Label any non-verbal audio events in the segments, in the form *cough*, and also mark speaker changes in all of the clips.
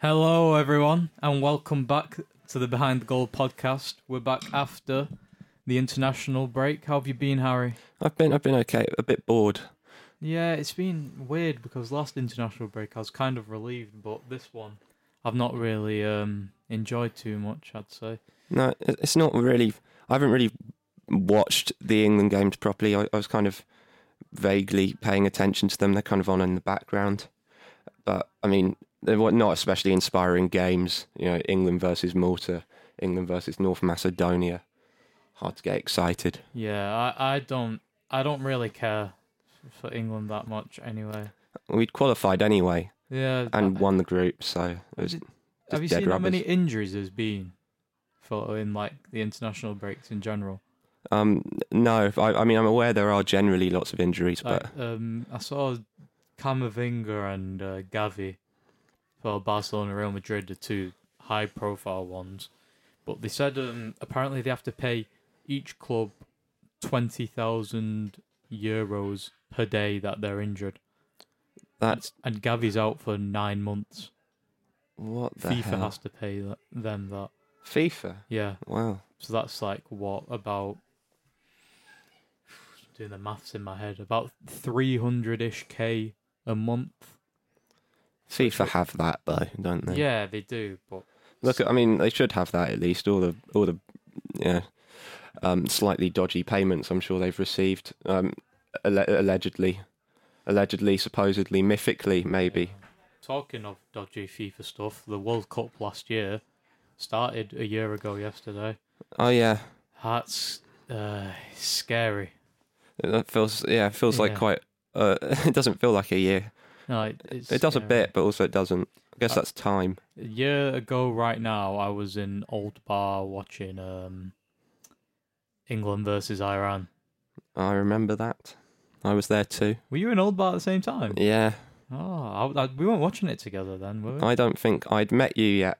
Speaker 1: Hello, everyone, and welcome back to the Behind the Goal podcast. We're back after the international break. How have you been, Harry?
Speaker 2: I've been I've been okay, a bit bored.
Speaker 1: Yeah, it's been weird because last international break I was kind of relieved, but this one I've not really um, enjoyed too much, I'd say.
Speaker 2: No, it- it's not really. I haven't really watched the England games properly. I, I was kind of vaguely paying attention to them. They're kind of on in the background, but I mean, they were not especially inspiring games. You know, England versus Malta, England versus North Macedonia. Hard to get excited.
Speaker 1: Yeah, I, I don't I don't really care for England that much anyway.
Speaker 2: We'd qualified anyway
Speaker 1: Yeah,
Speaker 2: and
Speaker 1: I-
Speaker 2: won the group, so it was
Speaker 1: Did- have you
Speaker 2: dead
Speaker 1: seen how
Speaker 2: rubbers.
Speaker 1: many injuries there's been for in like the international breaks in general?
Speaker 2: Um, no, I, I mean, I'm aware there are generally lots of injuries, but
Speaker 1: Like, um, I saw Camavinga and uh, Gavi for Barcelona, Real Madrid, the two high-profile ones. But they said um, apparently they have to pay each club twenty thousand euros per day that they're injured,
Speaker 2: that's
Speaker 1: and Gavi's out for nine months.
Speaker 2: what the
Speaker 1: FIFA
Speaker 2: hell?
Speaker 1: has to pay th- them that.
Speaker 2: FIFA.
Speaker 1: Yeah,
Speaker 2: Wow.
Speaker 1: so that's like what about? *sighs* Doing the maths in my head, about three hundred ish k a month.
Speaker 2: FIFA have that though, don't they?
Speaker 1: Yeah, they do, but
Speaker 2: Look, I mean, they should have that at least. All the all the yeah, um, slightly dodgy payments I'm sure they've received. Um, alle- allegedly, allegedly, supposedly, mythically, maybe.
Speaker 1: talking of dodgy FIFA stuff, the World Cup last year started a year ago yesterday.
Speaker 2: Oh yeah,
Speaker 1: That's uh, scary.
Speaker 2: that feels yeah, it feels like
Speaker 1: Yeah.
Speaker 2: quite. Uh, *laughs* it doesn't feel like a year.
Speaker 1: No, it, it's
Speaker 2: It does a
Speaker 1: scary. Uh,
Speaker 2: bit, but also it doesn't. I guess that's time.
Speaker 1: A year ago, right now, I was in Old Bar watching um, England versus Iran.
Speaker 2: I remember that. I was there too.
Speaker 1: Were you in Old Bar at the same time?
Speaker 2: Yeah,
Speaker 1: Oh, I, I, we weren't watching it together then, were we?
Speaker 2: I don't think I'd met you yet.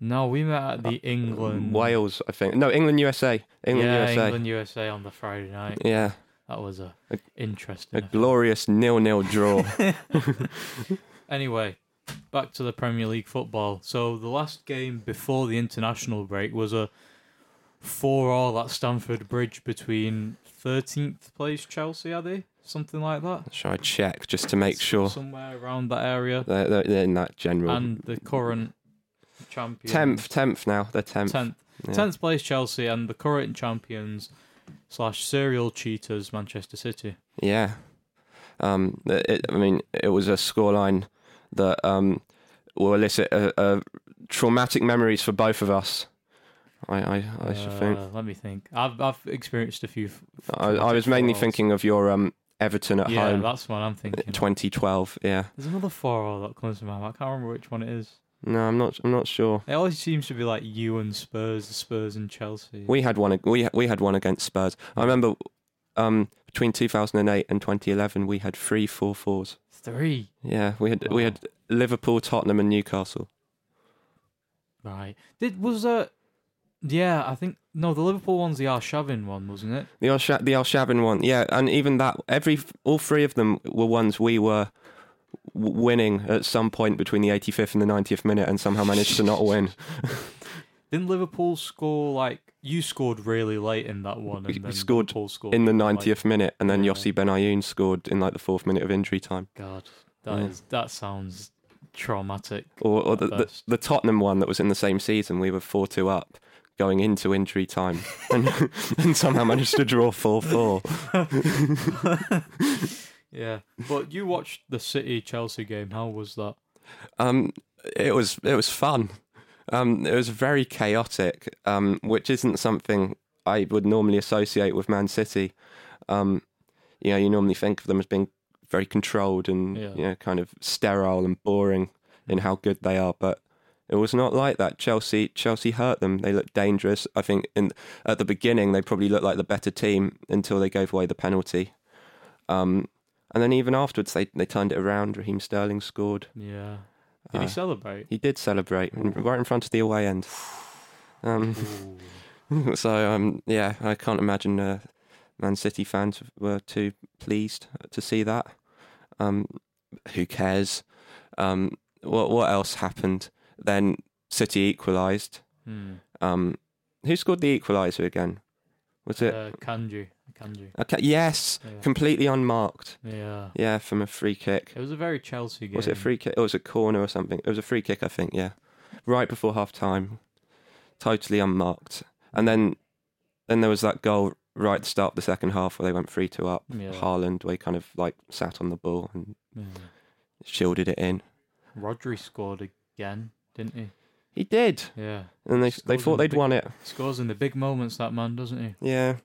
Speaker 1: no, we met at the England.
Speaker 2: Wales, I think. No, England, USA. Uh, England,
Speaker 1: yeah,
Speaker 2: USA.
Speaker 1: England USA on the Friday night.
Speaker 2: Yeah,
Speaker 1: That was a
Speaker 2: A-
Speaker 1: interesting.
Speaker 2: a glorious nil-nil draw.
Speaker 1: *laughs*
Speaker 2: *laughs*
Speaker 1: Anyway, back to the Premier League football. So the last game before the international break was a four-all at Stamford Bridge between 13th place Chelsea, are they? Something like that.
Speaker 2: Shall I check just to make sure
Speaker 1: Somewhere around that area.
Speaker 2: they're, they're- they're in that general?
Speaker 1: And the current champion.
Speaker 2: tenth, tenth now. They're tenth.
Speaker 1: Tenth.
Speaker 2: Yeah.
Speaker 1: Tenth place Chelsea and the current champions slash serial cheaters Manchester City.
Speaker 2: Yeah. Um. It, I mean, it was a scoreline that um will elicit uh, uh, traumatic memories for both of us. I I, I should think.
Speaker 1: Uh, Let me think. I've I've experienced a few. f-
Speaker 2: I, I was mainly
Speaker 1: four-alls.
Speaker 2: thinking of your um Everton at
Speaker 1: Yeah,
Speaker 2: home,
Speaker 1: that's what I'm thinking.
Speaker 2: 2012. Yeah.
Speaker 1: There's another 4 that comes to mind. I can't remember which one it is.
Speaker 2: No, I'm not. I'm not sure.
Speaker 1: It always seems to be like you and Spurs, Spurs and Chelsea.
Speaker 2: We had one. We we had one against Spurs. I remember. Um, between 2008 and 2011, we had three four fours.
Speaker 1: Three.
Speaker 2: Yeah, we had we
Speaker 1: Wow.
Speaker 2: had Liverpool, Tottenham, and Newcastle.
Speaker 1: Right. Did was a. Yeah, I think no. The Liverpool one's the Arshavin one, wasn't it?
Speaker 2: The Al the Alshavin one, yeah, and even that every all three of them were ones we were w- winning at some point between the 85th and the 90th minute, and somehow managed to
Speaker 1: *laughs*
Speaker 2: not win.
Speaker 1: Didn't Liverpool score like you scored really late in that one?
Speaker 2: We-
Speaker 1: And
Speaker 2: we
Speaker 1: then
Speaker 2: scored
Speaker 1: Liverpool scored
Speaker 2: In the
Speaker 1: like,
Speaker 2: 90th minute, and then
Speaker 1: Yeah.
Speaker 2: Yossi Ben Ayoun scored in like the fourth minute of injury time,
Speaker 1: God, that
Speaker 2: Yeah.
Speaker 1: is that sounds traumatic.
Speaker 2: or, or
Speaker 1: At
Speaker 2: the, the
Speaker 1: best.
Speaker 2: the Tottenham one that was in the same season. We were four two up. Going into injury time, and, and somehow managed to draw four four.
Speaker 1: Yeah, but you watched the City Chelsea game. How was that?
Speaker 2: Um, it was it was fun. Um, it was very chaotic, um, which isn't something I would normally associate with Man City. Um, you know, you normally think of them as being very controlled and
Speaker 1: Yeah.
Speaker 2: you know, kind of sterile and boring in how good they are, but it was not like that. Chelsea Chelsea hurt them. They looked dangerous. I think in at the beginning they probably looked like the better team until they gave away the penalty. Um, and then even afterwards they, they turned it around. Raheem Sterling scored.
Speaker 1: Yeah. Ah. Did he
Speaker 2: Uh,
Speaker 1: celebrate?
Speaker 2: He did celebrate in-
Speaker 1: Mm.
Speaker 2: right in front of the away end. Um, *laughs*
Speaker 1: Ooh.
Speaker 2: so um, yeah, I can't imagine uh, Man City fans were too pleased to see that. Um, who cares? Um, what what else happened? Then City equalised.
Speaker 1: *laughs* Hmm.
Speaker 2: Um, who scored the equaliser again? Was it?
Speaker 1: Uh, Kanji. Kanji.
Speaker 2: okay, yes,
Speaker 1: Yeah.
Speaker 2: completely unmarked.
Speaker 1: Uh, yeah.
Speaker 2: Yeah, from a free kick.
Speaker 1: It was a very Chelsea game.
Speaker 2: Was it a free kick? It was a corner or something. It was a free kick, I think. Yeah, right before half time, totally unmarked. And then, then there was that goal right at the start of the second half where they went three two up.
Speaker 1: Yeah.
Speaker 2: Haaland, where he kind of like sat on the ball and
Speaker 1: Yeah.
Speaker 2: shielded it in.
Speaker 1: Rodri scored again, didn't he?
Speaker 2: He did,
Speaker 1: Yeah.
Speaker 2: and they they
Speaker 1: Scored
Speaker 2: thought
Speaker 1: in the
Speaker 2: they'd
Speaker 1: big-
Speaker 2: won it.
Speaker 1: Scores in the big moments, that man, doesn't *laughs* he?
Speaker 2: Yeah.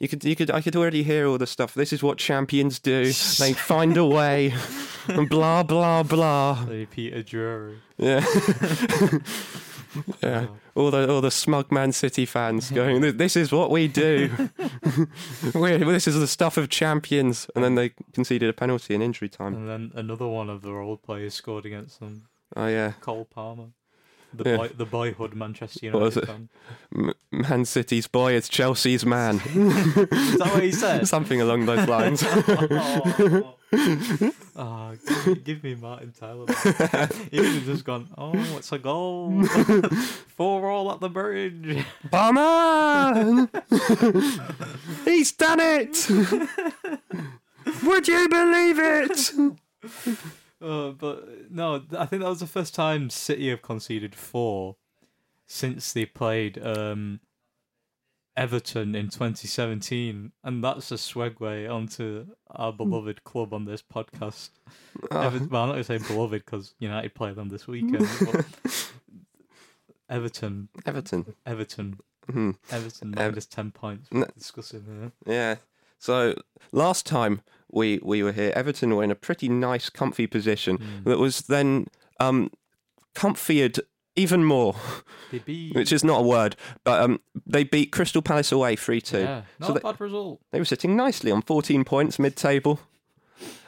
Speaker 2: You could, you could, I could already hear all the stuff. This is what
Speaker 1: *laughs*
Speaker 2: champions do. They find a way. and blah blah
Speaker 1: *laughs*
Speaker 2: blah.
Speaker 1: Bloody Peter Drury.
Speaker 2: Yeah. *laughs* yeah.
Speaker 1: Oh.
Speaker 2: All the all the smug Man City fans going. "Th- This is what we do. We're, this is the stuff of champions. And then they conceded a penalty in injury time.
Speaker 1: And then another one of their old players scored against them,
Speaker 2: Oh yeah.
Speaker 1: Cole Palmer. The,
Speaker 2: Yeah.
Speaker 1: boy, the boyhood Manchester
Speaker 2: What was
Speaker 1: United
Speaker 2: it?
Speaker 1: fan.
Speaker 2: M- Man City's boy is Chelsea's man.
Speaker 1: Is that what he said?
Speaker 2: Something along those lines.
Speaker 1: oh, oh, give, me, give me Martin Tyler. man. he would have just gone, oh, it's a goal. *laughs* Four all at the bridge.
Speaker 2: Palmer! He's done it! Would you believe it?
Speaker 1: Uh, but no, th- I think that was the first time City have conceded four since they played um, Everton in 2017, and that's a segue onto our
Speaker 2: Hmm.
Speaker 1: beloved club on this
Speaker 2: *laughs*
Speaker 1: podcast.
Speaker 2: Ah.
Speaker 1: Ever- well, I'm not going to say beloved because United play them this
Speaker 2: *laughs*
Speaker 1: weekend. but Everton,
Speaker 2: Everton.
Speaker 1: Everton,
Speaker 2: Mhm.
Speaker 1: Everton minus ten points. We're
Speaker 2: No.
Speaker 1: discussing here.
Speaker 2: Yeah. So last time we we were here, Everton were in a pretty nice, comfy position that was then um comfied even more,
Speaker 1: They beat.
Speaker 2: which is not a word, but um they beat Crystal Palace away three two.
Speaker 1: yeah, not
Speaker 2: So
Speaker 1: a
Speaker 2: they-
Speaker 1: bad result.
Speaker 2: They were sitting nicely on 14 points mid table.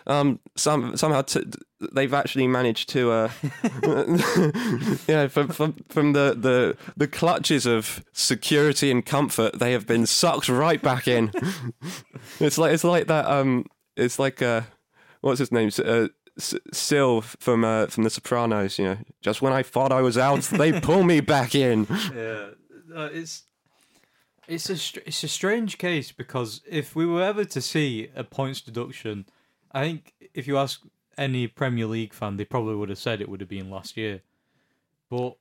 Speaker 2: Um, some somehow t- they've actually managed to, uh, *laughs* yeah, from, from from the the the clutches of security and comfort, they have been sucked right back in. *laughs* it's like it's like that. Um, it's like uh, what's his name? S- Uh, S- Syl from uh, from The Sopranos. You know, just when I thought I was out,
Speaker 1: *laughs*
Speaker 2: they pull me back in.
Speaker 1: yeah, uh, it's it's a str- it's a strange case because if we were ever to see a points deduction, I think if you ask any Premier League fan, they probably would have said it would have been last year. But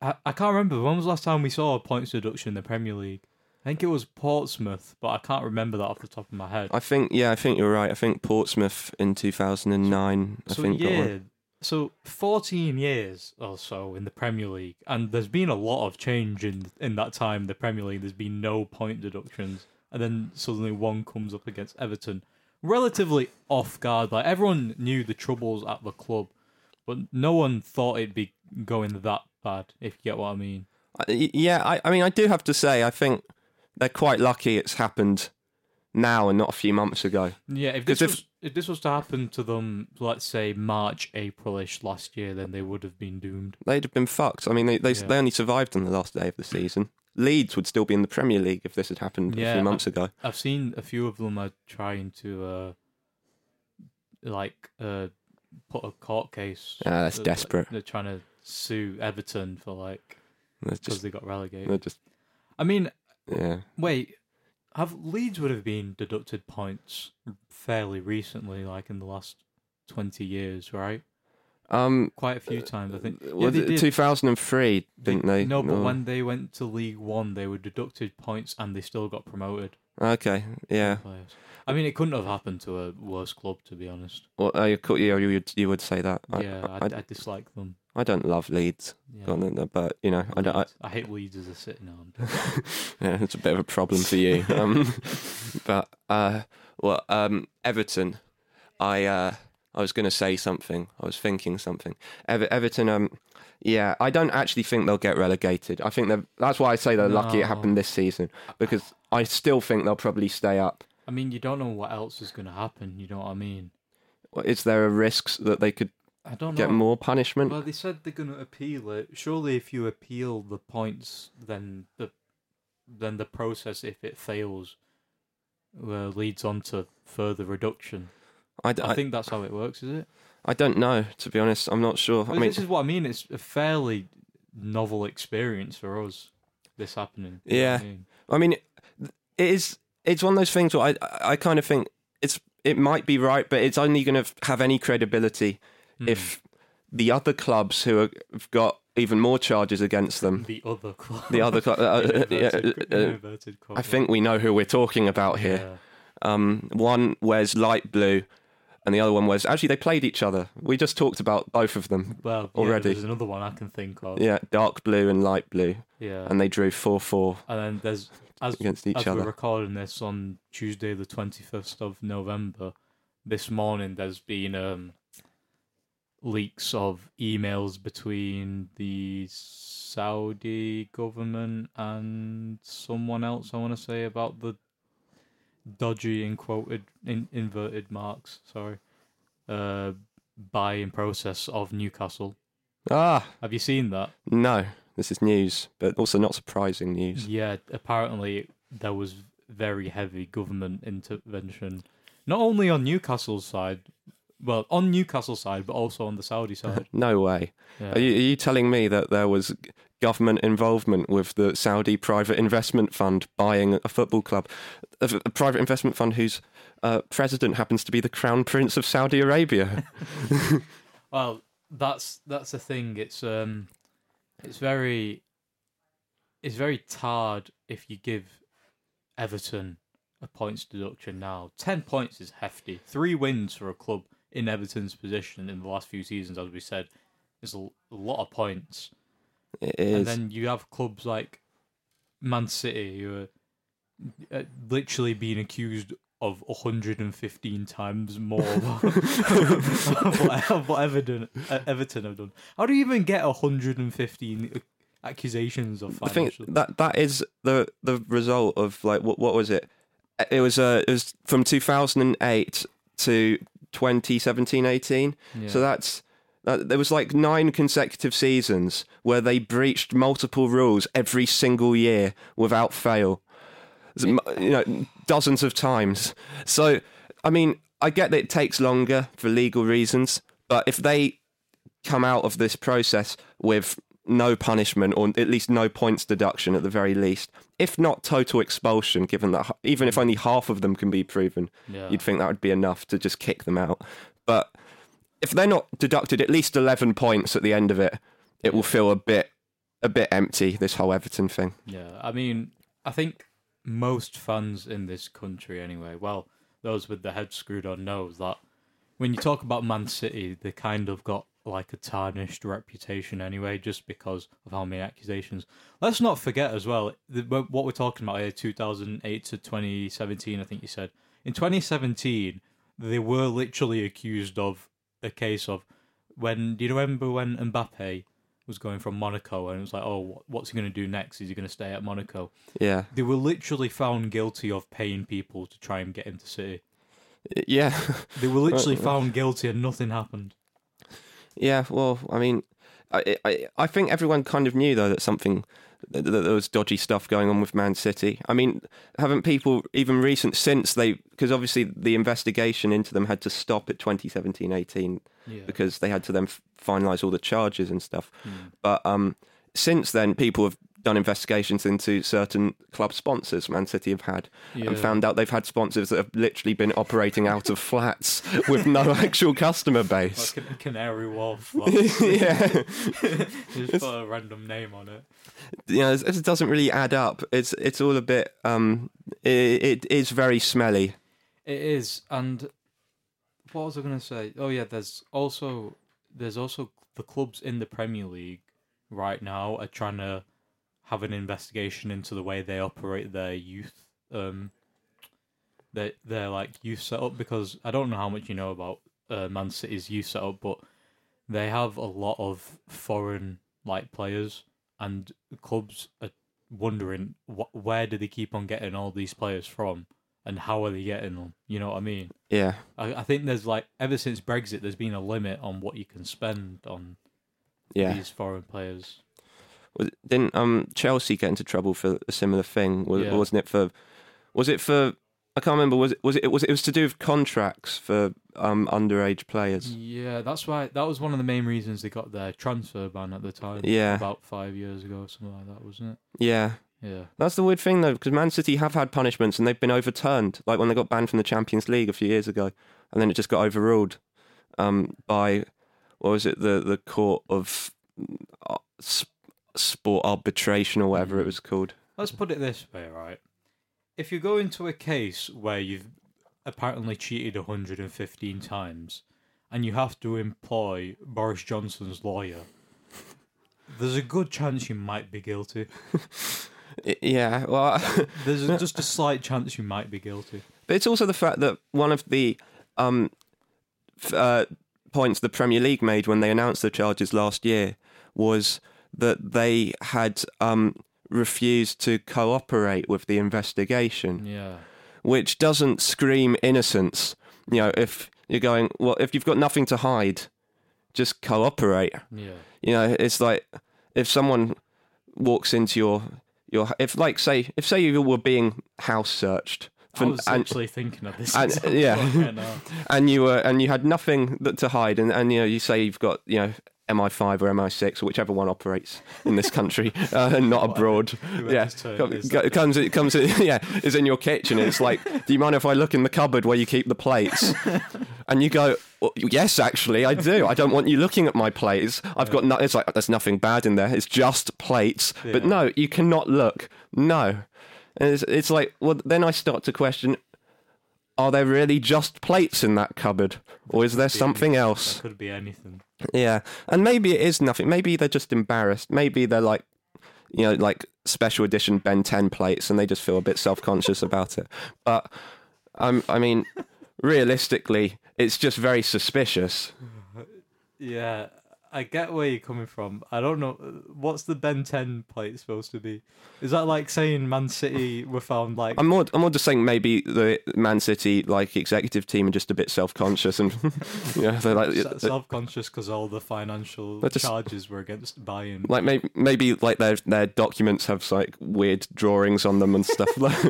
Speaker 1: I, I can't remember when was the last time we saw a points deduction in the Premier League. I think it was Portsmouth, but I can't remember that off the top of my head.
Speaker 2: I think yeah, I think you're right. I think Portsmouth in 2009. I
Speaker 1: so
Speaker 2: think got one.
Speaker 1: yeah, so fourteen years or so in the Premier League, and there's been a lot of change in in that time. in The Premier League, there's been no point deductions, and then suddenly one comes up against Everton, relatively off guard. Like everyone knew the troubles at the club, but no one thought it'd be going that bad. If you get what I mean.
Speaker 2: I- Uh, yeah, I, I mean, I do have to say, I think they're quite lucky it's happened now and not a few months ago.
Speaker 1: Yeah, if
Speaker 2: 'Cause
Speaker 1: this
Speaker 2: if-
Speaker 1: was if this was to happen to them, let's say March, Aprilish last year, then they would have been doomed.
Speaker 2: They'd have been fucked. I mean, they they,
Speaker 1: Yeah.
Speaker 2: they only survived on the last day of the season. Leeds would still be in the Premier League if this had happened a
Speaker 1: Yeah,
Speaker 2: few
Speaker 1: I-
Speaker 2: months
Speaker 1: *laughs*
Speaker 2: ago.
Speaker 1: I've seen a few of them are trying to uh like uh put a court case.
Speaker 2: Ah, that's
Speaker 1: Uh, like,
Speaker 2: desperate.
Speaker 1: They're trying to sue Everton for like
Speaker 2: They're
Speaker 1: because
Speaker 2: just,
Speaker 1: they got relegated.
Speaker 2: they're just,
Speaker 1: I mean,
Speaker 2: yeah.
Speaker 1: wait, have Leeds would have been deducted points fairly recently, like in the last twenty years, right?
Speaker 2: Um,
Speaker 1: Quite a few times, I think. Yeah,
Speaker 2: uh, was
Speaker 1: they
Speaker 2: it
Speaker 1: did.
Speaker 2: 2003,
Speaker 1: They-
Speaker 2: didn't they? Oh,
Speaker 1: No, but when they went to League One, they were deducted points and they still got promoted.
Speaker 2: Okay, yeah.
Speaker 1: Players. I mean, it couldn't have happened to a worse club, to be honest.
Speaker 2: Well, uh, you, could- you, you, would- you would say that. I,
Speaker 1: yeah, I,
Speaker 2: I,
Speaker 1: I, dislike them.
Speaker 2: I don't love Leeds,
Speaker 1: Yeah.
Speaker 2: but, you know, I, don't- I,
Speaker 1: Leeds. I hate Leeds as a sitting arm.
Speaker 2: *laughs* yeah, it's a bit of a problem
Speaker 1: *laughs*
Speaker 2: for you. Um, but uh, well, um, Everton, I uh, I was going to say something. I was thinking something. Ever- Everton, um, yeah, I don't actually think they'll get relegated. I think they're, that's why I say they're lucky it
Speaker 1: No.
Speaker 2: happened this season because I still think they'll probably stay up.
Speaker 1: I mean, you don't know what else is going to happen. You know what I mean?
Speaker 2: Is there a risk that they could
Speaker 1: I don't
Speaker 2: get
Speaker 1: know.
Speaker 2: more punishment?
Speaker 1: Well, they said they're going to appeal it. Surely, if you appeal the points, then the then the process, if it fails, uh, leads on to further reduction.
Speaker 2: I, d-
Speaker 1: I
Speaker 2: I-
Speaker 1: think that's how it works, is it?
Speaker 2: I don't know, to be honest. I'm not sure. I
Speaker 1: Well,
Speaker 2: mean,
Speaker 1: this is what I mean. It's a fairly novel experience for us. This happening. you know what I mean?
Speaker 2: I mean, it is. It's one of those things where I, I kind of think it's it might be right, but it's only going to have any credibility
Speaker 1: Hmm.
Speaker 2: if the other clubs who are, have got even more charges against them.
Speaker 1: the other *laughs* club.
Speaker 2: Um, The other club, uh, yeah,
Speaker 1: Inverted-
Speaker 2: uh, uh,
Speaker 1: inverted club,
Speaker 2: I think we know who we're talking about
Speaker 1: yeah.
Speaker 2: here. Um, one wears light blue, and the other one wears. Actually, they played each other. We just talked about both of them.
Speaker 1: Well,
Speaker 2: Already.
Speaker 1: already there's another one I can think of. Yeah,
Speaker 2: Yeah, dark blue and light blue, and they drew four four
Speaker 1: and then there's as
Speaker 2: against each
Speaker 1: as
Speaker 2: other.
Speaker 1: we're recording this on Tuesday, the 21st of November, this morning there's been um, leaks of emails between the Saudi government and someone else, I want to say, about the dodgy, in quoted, in inverted marks, sorry, uh, buying process of Newcastle.
Speaker 2: Ah,
Speaker 1: Have you seen that?
Speaker 2: no, this is news, but also not surprising news.
Speaker 1: Yeah, apparently there was very heavy government intervention, not only on Newcastle's side, well, on Newcastle's side, but also on the Saudi side.
Speaker 2: No way.
Speaker 1: Yeah.
Speaker 2: Are, you, are you telling me that there was g- government involvement with the Saudi private investment fund buying a football club, a, f- a private investment fund whose uh, president happens to be the Crown Prince of
Speaker 1: *laughs*
Speaker 2: Saudi Arabia?
Speaker 1: Well, that's that's the thing. It's um, it's very, it's very tarred if you give Everton a points deduction now. Ten points is hefty. Three wins for a club in Everton's position in the last few seasons, as we said, is a l- a lot of points.
Speaker 2: it
Speaker 1: and
Speaker 2: is.
Speaker 1: then you have clubs like Man City who are uh, literally being accused of 115 times more of what, of what Everton, uh, Everton have done. How do you even get 115 accusations of
Speaker 2: I think
Speaker 1: financial?
Speaker 2: that that is the the result of like what what was it? It was uh, it was from 2008 to 2017 18. So that's that, there was like nine consecutive seasons where they breached multiple rules every single year without fail. So, mu- You know, dozens of times. So I mean, I get that it takes longer for legal reasons, but if they come out of this process with no punishment or at least no points deduction at the very least, if not total expulsion, given that h- even if only half of them can be proven,
Speaker 1: Yeah.
Speaker 2: you'd think that would be enough to just kick them out. But if they're not deducted at least 11 points at the end of it, it will feel a bit a bit empty this whole Everton thing.
Speaker 1: Yeah, I mean, I think most fans in this country, anyway, well, those with their heads screwed on, knows that when you talk about Man City, they kind of got like a tarnished reputation anyway, just because of how many accusations. Let's not forget as well the, wh- what we're talking about here 2008 to 2017, I think you said. In 2017, they were literally accused of a case of when do you remember when Mbappe was going from Monaco and it was like, oh, wh- what's he going to do next? Is he going to stay at Monaco?
Speaker 2: Yeah.
Speaker 1: They were literally found guilty of paying people to try and get him to City.
Speaker 2: Yeah.
Speaker 1: They were
Speaker 2: Uh,
Speaker 1: literally found guilty and nothing happened.
Speaker 2: yeah, well, I mean I, I I think everyone kind of knew though that something that that there was dodgy stuff going on with Man City. I mean, haven't people even recent since they because obviously the investigation into them had to stop at 2017-18
Speaker 1: Yeah. Hmm.
Speaker 2: because they had to then finalize all the charges and stuff. But um, since then, people have done investigations into certain club sponsors Man City have had
Speaker 1: Yeah.
Speaker 2: and found out they've had sponsors that have literally been operating out of flats with no *laughs* actual customer base.
Speaker 1: Like a Canary Wharf.
Speaker 2: *laughs*
Speaker 1: Like,
Speaker 2: yeah,
Speaker 1: just put a random name on it.
Speaker 2: you know, it doesn't really add up. It's it's all a bit. Um, it, it is very smelly.
Speaker 1: It is, and what was I going to say? Oh yeah, there's also there's also the clubs in the Premier League right now are trying to have an investigation into the way they operate their youth, um, their their like youth setup because I don't know how much you know about uh, Man City's youth setup, but they have a lot of foreign like players, and clubs are wondering wh- where do they keep on getting all these players from, and how are they getting them? You know what I mean?
Speaker 2: Yeah,
Speaker 1: I, I think there's like ever since Brexit, there's been a limit on what you can spend on
Speaker 2: yeah.
Speaker 1: these foreign players.
Speaker 2: Was- Didn't um Chelsea get into trouble for a similar thing? Was,
Speaker 1: Yeah.
Speaker 2: Wasn't it for? Was it for I can't remember. Was it was it was it, it was to do with contracts for um, underage players?
Speaker 1: Yeah, that's why that was one of the main reasons they got their transfer ban at the time.
Speaker 2: Yeah.
Speaker 1: about five years ago, or something like that, wasn't
Speaker 2: Yeah,
Speaker 1: it? Yeah,
Speaker 2: that's the weird thing though, because Man City have had punishments and they've been overturned. Like when they got banned from the Champions League a few years ago, and then it just got overruled um, by what was it the the court of uh, s- sport arbitration or whatever it was called.
Speaker 1: let's put it this way, right? If you go into a case where you've apparently cheated 115 times, and you have to employ Boris Johnson's lawyer, there's a good chance you might be guilty.
Speaker 2: I- Yeah, well, *laughs*
Speaker 1: There's a- just a slight chance you might be guilty.
Speaker 2: But it's also the fact that one of the um, f- uh, points the Premier League made when they announced the charges last year was that they had um, refused to cooperate with the investigation,
Speaker 1: Yeah.
Speaker 2: which doesn't scream innocence. You know, if you're going, well, if you've got nothing to hide, just cooperate.
Speaker 1: Yeah.
Speaker 2: You know, it's like if someone walks into your your if like say if say you were being house searched
Speaker 1: I was actually thinking of this.
Speaker 2: and-
Speaker 1: example
Speaker 2: *laughs* yeah.
Speaker 1: right now.
Speaker 2: and you were and you had nothing that to hide and, and you know you say you've got you know MI5 or MI6 or whichever one operates in this country *laughs* uh, and not abroad yeah
Speaker 1: *laughs* Whoever's turn
Speaker 2: Com-
Speaker 1: it is,
Speaker 2: go- comes it comes *laughs* in, yeah is in your kitchen it's like do you mind if I look in the cupboard where you keep the plates and you go well, yes actually I do I don't want you looking at my plates I've got no it's like there's nothing bad in there it's just plates but
Speaker 1: Yeah.
Speaker 2: no you cannot look no and it's, it's like well then I start to question are there really just plates in that cupboard or is there something
Speaker 1: That
Speaker 2: else
Speaker 1: could be anything.
Speaker 2: yeah and maybe it is nothing maybe they're just embarrassed maybe they're like you know like special edition ben 10 plates and they just feel a bit self-conscious about it but um, i mean realistically it's just very suspicious
Speaker 1: Yeah, I get where you're coming from. I don't know what's the Ben 10 plate supposed to be. Is that like saying Man City were found like
Speaker 2: i'm more i'm more just saying maybe the man city like executive team are just a bit self-conscious and *laughs* yeah they're *laughs* like
Speaker 1: self-conscious because all the financial
Speaker 2: Let's just-
Speaker 1: charges were against buying?
Speaker 2: like maybe, maybe like their their documents have like weird drawings on them and stuff *laughs* like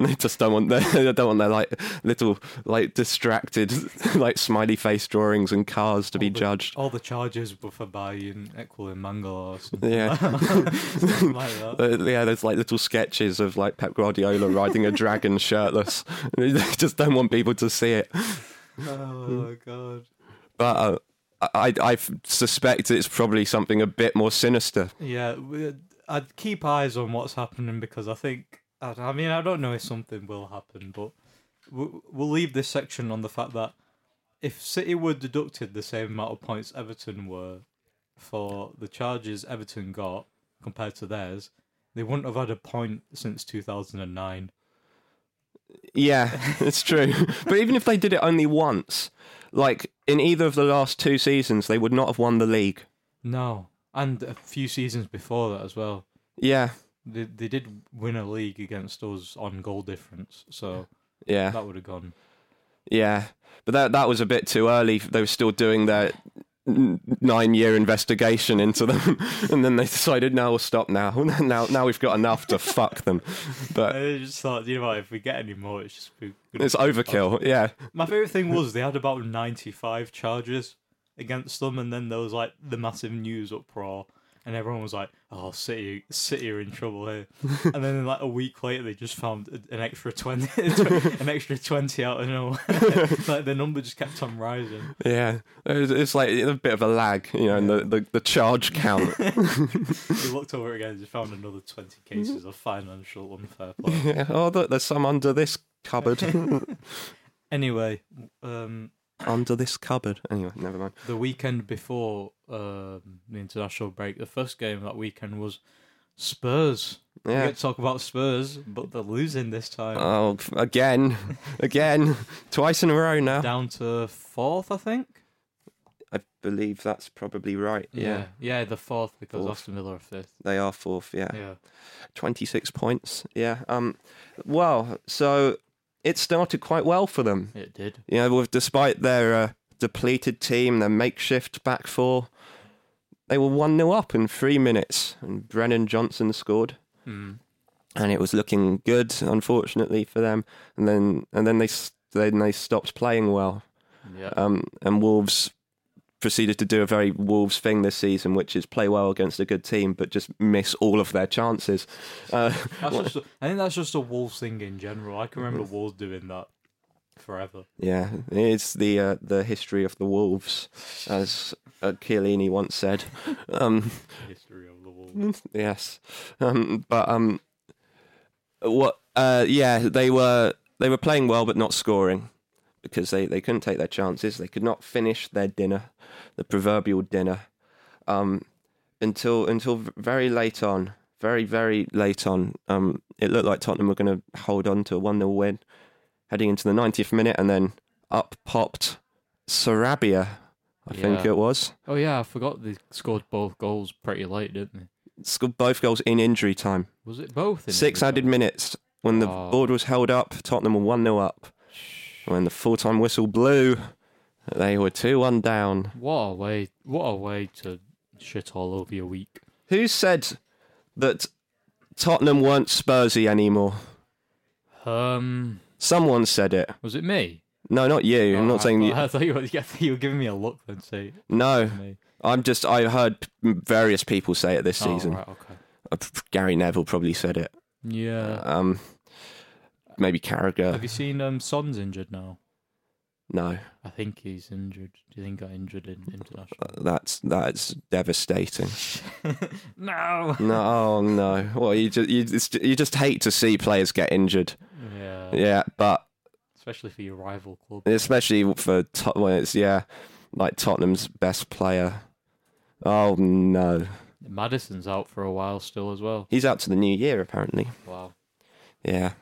Speaker 2: they just don't want their *laughs* they don't want their like little like distracted *laughs* like smiley face drawings and cars to
Speaker 1: *laughs*
Speaker 2: be judged
Speaker 1: All the charges were for buying Equal in Mangalore
Speaker 2: *laughs*
Speaker 1: or something
Speaker 2: yeah
Speaker 1: like
Speaker 2: *laughs*
Speaker 1: that.
Speaker 2: Uh, yeah there's like little sketches of like Pep Guardiola riding a dragon *laughs* shirtless they just don't want people to see it
Speaker 1: Oh god.
Speaker 2: but uh, I, I I suspect it's probably something a bit more sinister
Speaker 1: Yeah, we- I'd keep eyes on what's happening because I think I I mean I don't know if something will happen, but we- we'll leave this section on the fact that if City were deducted the same amount of points Everton were for the charges Everton got compared to theirs, they wouldn't have had a point since 2009.
Speaker 2: Yeah, *laughs* it's true. but even if they did it only once, like in either of the last two seasons, they would not have won the league.
Speaker 1: No, and a few seasons before that as well.
Speaker 2: Yeah,
Speaker 1: They they did win a league against us on goal difference, so
Speaker 2: yeah,
Speaker 1: that would have gone.
Speaker 2: yeah. But that that was a bit too early. They were still doing their nine-year investigation into them, *laughs* and then they decided, no, we'll stop now. *laughs* now, now we've got enough to fuck them. *laughs* But
Speaker 1: I just thought, you know what, if we get any more, it's just be gonna
Speaker 2: it's overkill. Yeah,
Speaker 1: My favorite thing was they had about 95 charges against them, and then there was like the massive news uproar, and everyone was like, "Oh, City, City are in trouble here." and then like a week later, they just found a- an extra 20, *laughs* an extra 20 out of nowhere. like the number just kept on rising.
Speaker 2: yeah. It's, it's like a bit of a lag, you know, in the, the, the charge count. *laughs*
Speaker 1: You looked over again, and just found another 20 cases of financial unfair play.
Speaker 2: yeah. Oh, look, there's some under this cupboard. *laughs*
Speaker 1: Anyway, um,
Speaker 2: under this cupboard. Anyway, never mind.
Speaker 1: the weekend before um, the international break, the first game that weekend was Spurs. We
Speaker 2: Yeah.
Speaker 1: get to talk about Spurs, but they're losing this time.
Speaker 2: Oh, f- *laughs* again, again, twice in a row now.
Speaker 1: Down to fourth, I think.
Speaker 2: I believe that's probably right. Yeah,
Speaker 1: yeah, the fourth because
Speaker 2: Fourth.
Speaker 1: Aston Villa are fifth.
Speaker 2: they are fourth. Yeah.
Speaker 1: Yeah,
Speaker 2: twenty-six points. Yeah. Um. Well, so it started quite well for them.
Speaker 1: it did.
Speaker 2: You know, with despite their uh, depleted team, their makeshift back four, they were one 0 up in three minutes, and Brennan Johnson scored.
Speaker 1: Mm.
Speaker 2: and it was looking good, unfortunately for them. And then and then they s- then they stopped playing well.
Speaker 1: Yeah.
Speaker 2: Um, and Wolves proceeded to do a very Wolves thing this season, which is play well against a good team, but just miss all of their chances. Uh,
Speaker 1: That's just a, I think that's just a Wolves thing in general. I can remember Wolves doing that forever.
Speaker 2: yeah, it's the uh, the history of the Wolves, as uh, Chiellini once said. Um,
Speaker 1: History of the Wolves.
Speaker 2: yes, um, but um, what? Uh, yeah, they were they were playing well, but not scoring because they, they couldn't take their chances. They could not finish their dinner, the proverbial dinner, um, until until v- very late on, very very late on. Um, it looked like Tottenham were going to hold on to a one 0 win, heading into the 90th minute, and then up popped Sarabia, I think
Speaker 1: Yeah.
Speaker 2: it was.
Speaker 1: Oh yeah, I forgot they scored both goals pretty late, didn't they?
Speaker 2: Scored both goals in injury time.
Speaker 1: Was it both? In
Speaker 2: Six
Speaker 1: every
Speaker 2: added
Speaker 1: time?
Speaker 2: minutes when the
Speaker 1: Oh.
Speaker 2: board was held up. Tottenham were 1 0 up. When the full time whistle blew, they were 2 1 down.
Speaker 1: What a way! What a way to shit all over your week.
Speaker 2: Who said that Tottenham weren't Spursy anymore?
Speaker 1: Um,
Speaker 2: Someone said it.
Speaker 1: was it me?
Speaker 2: No, not you. I'm
Speaker 1: Oh,
Speaker 2: not saying
Speaker 1: I,
Speaker 2: you.
Speaker 1: I thought you were, *laughs* I thought you were giving me a look. Then say
Speaker 2: No,
Speaker 1: me.
Speaker 2: I'm just. I heard p- various people say it this
Speaker 1: Oh,
Speaker 2: season.
Speaker 1: right, okay.
Speaker 2: Uh, p- Gary Neville probably said it.
Speaker 1: Yeah.
Speaker 2: Um, maybe
Speaker 1: Have
Speaker 2: Carragher.
Speaker 1: you seen um Son's injured now?
Speaker 2: No,
Speaker 1: I think he's injured. Do you think got injured in international?
Speaker 2: that's that's devastating.
Speaker 1: no.
Speaker 2: *laughs* No, oh no. Well, you just you just you just hate to see players get injured.
Speaker 1: Yeah.
Speaker 2: Yeah, but
Speaker 1: Especially for your rival club.
Speaker 2: especially for Tot- when it's yeah, like Tottenham's best player. Oh no,
Speaker 1: Madison's out for a while still as well.
Speaker 2: he's out to the new year apparently.
Speaker 1: Wow.
Speaker 2: Yeah,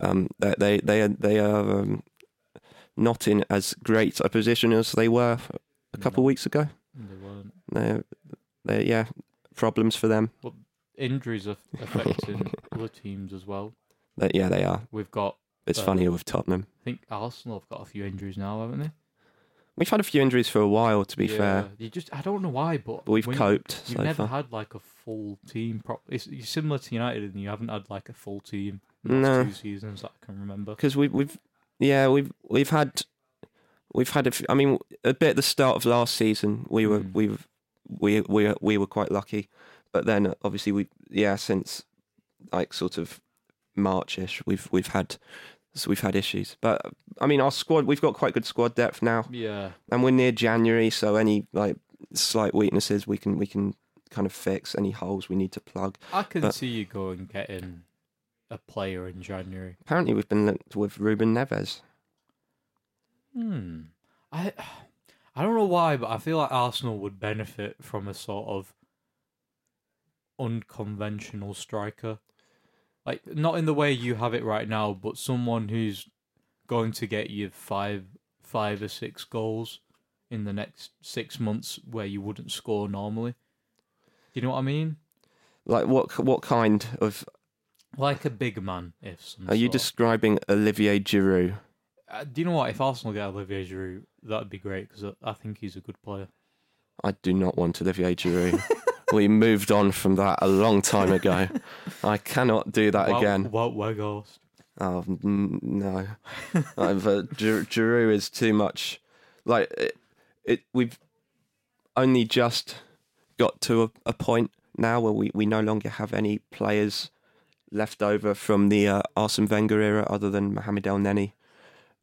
Speaker 2: um, they they they are, they are um, not in as great a position as they were a couple
Speaker 1: No.
Speaker 2: weeks ago.
Speaker 1: They weren't.
Speaker 2: They they yeah, problems for them.
Speaker 1: Injuries are affecting other teams as well.
Speaker 2: *laughs* They, yeah, they are.
Speaker 1: We've got,
Speaker 2: It's
Speaker 1: Uh,
Speaker 2: funnier with Tottenham.
Speaker 1: I think Arsenal have got a few injuries now, haven't they?
Speaker 2: We've had a few injuries for a while, to be fair,
Speaker 1: You just, I don't know why, but
Speaker 2: but we've
Speaker 1: when you-
Speaker 2: coped
Speaker 1: You've
Speaker 2: so
Speaker 1: never
Speaker 2: far.
Speaker 1: had like a full team. Pro- it's, you're similar to United, and you haven't had like a full team. in the last
Speaker 2: No.
Speaker 1: two seasons that I can remember.
Speaker 2: because we, we've yeah we've we've had we've had a f- I mean a bit at the start of last season we were
Speaker 1: Mm.
Speaker 2: we we we we were quite lucky, but then uh, obviously we yeah since like sort of Marchish we've we've had so we've had issues, but I mean our squad we've got quite good squad depth now,
Speaker 1: Yeah,
Speaker 2: and we're near January, so any like slight weaknesses we can we can kind of fix any holes we need to plug.
Speaker 1: I can
Speaker 2: But-
Speaker 1: see you going getting a player in January.
Speaker 2: Apparently we've been linked with Ruben Neves.
Speaker 1: Hmm. I *sighs* I don't know why, but I feel like Arsenal would benefit from a sort of unconventional striker. Like not in the way you have it right now, but someone who's going to get you five five or six goals in the next six months where you wouldn't score normally. You know what I mean?
Speaker 2: Like what what kind of
Speaker 1: Like a big man, if some
Speaker 2: Are you
Speaker 1: sort.
Speaker 2: describing Olivier Giroud?
Speaker 1: Uh, do you know what? If Arsenal get Olivier Giroud, that'd be great because I, I think he's a good player.
Speaker 2: I do not want Olivier Giroud. we moved on from that a long time ago. I cannot do that
Speaker 1: Wout-
Speaker 2: again.
Speaker 1: Wout Weghorst.
Speaker 2: Oh n- no, I've, uh, Gi- Giroud is too much. Like it, it, we've only just got to a, a point now where we, we no longer have any players left over from the uh, Arsene Wenger era other than Mohamed El Neni,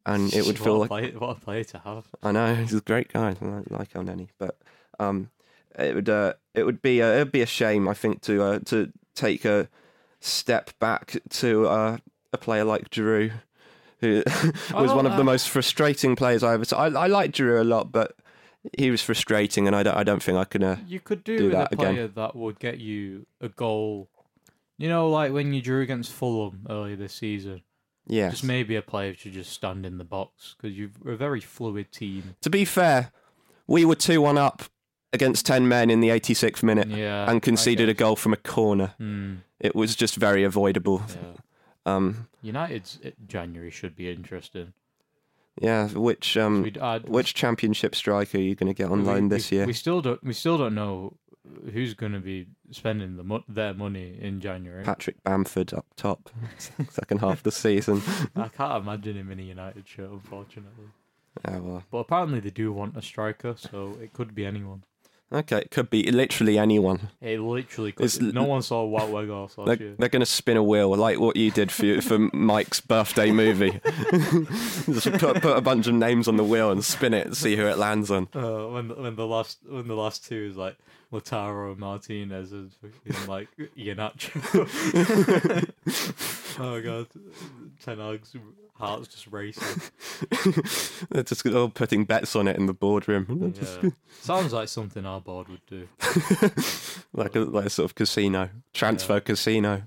Speaker 2: and it
Speaker 1: *laughs*
Speaker 2: would
Speaker 1: What
Speaker 2: feel
Speaker 1: a
Speaker 2: like
Speaker 1: player, what a player to have.
Speaker 2: I know *laughs* he's a great guy. I like- like El Nenny, but um, it would uh, it would be a, it'd be a shame, I think, to uh, to take a step back to uh, a player like Giroud, who *laughs* was
Speaker 1: don't
Speaker 2: one of the
Speaker 1: know.
Speaker 2: most frustrating players I ever. Saw. I I like Giroud a lot, but he was frustrating, and I don't I don't think I can. Uh,
Speaker 1: You could do,
Speaker 2: Do
Speaker 1: with
Speaker 2: that
Speaker 1: a
Speaker 2: again.
Speaker 1: player that would get you a goal. You know, like when you drew against Fulham earlier this season.
Speaker 2: yeah.
Speaker 1: Just maybe a player should just stand in the box because you're a very fluid team.
Speaker 2: To be fair, we were two one up against ten men in the 86th minute
Speaker 1: Yeah.
Speaker 2: and conceded a goal from a corner.
Speaker 1: a. Mm,
Speaker 2: It was just very avoidable.
Speaker 1: yeah.
Speaker 2: Um,
Speaker 1: United's uh, January should be interesting.
Speaker 2: yeah, which um,
Speaker 1: We'd add
Speaker 2: Which championship striker are you going to get on
Speaker 1: we-
Speaker 2: loan
Speaker 1: we-
Speaker 2: this year?
Speaker 1: We still don't. We still don't know who's going to be spending the mo- their money in January?
Speaker 2: Patrick Bamford up top, *laughs* second half of the season.
Speaker 1: I can't imagine him in a United shirt, unfortunately.
Speaker 2: Oh, well.
Speaker 1: But apparently they do want a striker, so it could be anyone.
Speaker 2: Okay, it could be literally anyone.
Speaker 1: It literally could.
Speaker 2: It's
Speaker 1: be-
Speaker 2: l-
Speaker 1: no one saw Wat Weghorst last
Speaker 2: They're,
Speaker 1: year.
Speaker 2: they're going to spin a wheel like what you did for for Mike's birthday movie. *laughs* Just put, put a bunch of names on the wheel and spin it and see who it lands on. *laughs*
Speaker 1: Uh, when the- when the last when the last two is like Lautaro Martinez and fucking, like *laughs*
Speaker 2: *laughs*
Speaker 1: Iheanacho. oh god, Ten Hag's heart's just
Speaker 2: *laughs*
Speaker 1: racing.
Speaker 2: They're just all putting bets on it in the boardroom,
Speaker 1: Yeah. Sounds like something our board would do.
Speaker 2: like a, like a sort of casino transfer casino.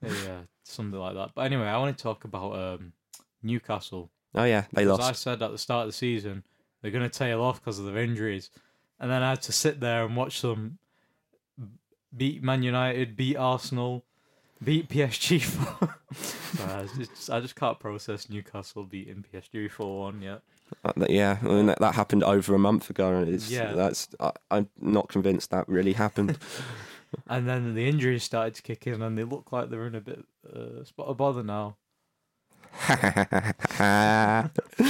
Speaker 1: Yeah, something like that. But anyway, I want to talk about um, Newcastle.
Speaker 2: Oh yeah, they
Speaker 1: As
Speaker 2: lost.
Speaker 1: I said at the start of the season, they're going to tail off because of their injuries, and then I had to sit there and watch them beat Man United, beat Arsenal, beat *laughs* PSG. For... Sorry, it's just- I just can't process Newcastle beating PSG four one yet.
Speaker 2: Uh, th- yeah, I mean, that, that happened over a month ago, and it's
Speaker 1: Yeah.
Speaker 2: that's I, I'm not convinced that really
Speaker 1: *laughs*
Speaker 2: happened. *laughs*
Speaker 1: And then the injuries started to kick in, and they look like they're in a bit uh, spot of bother now.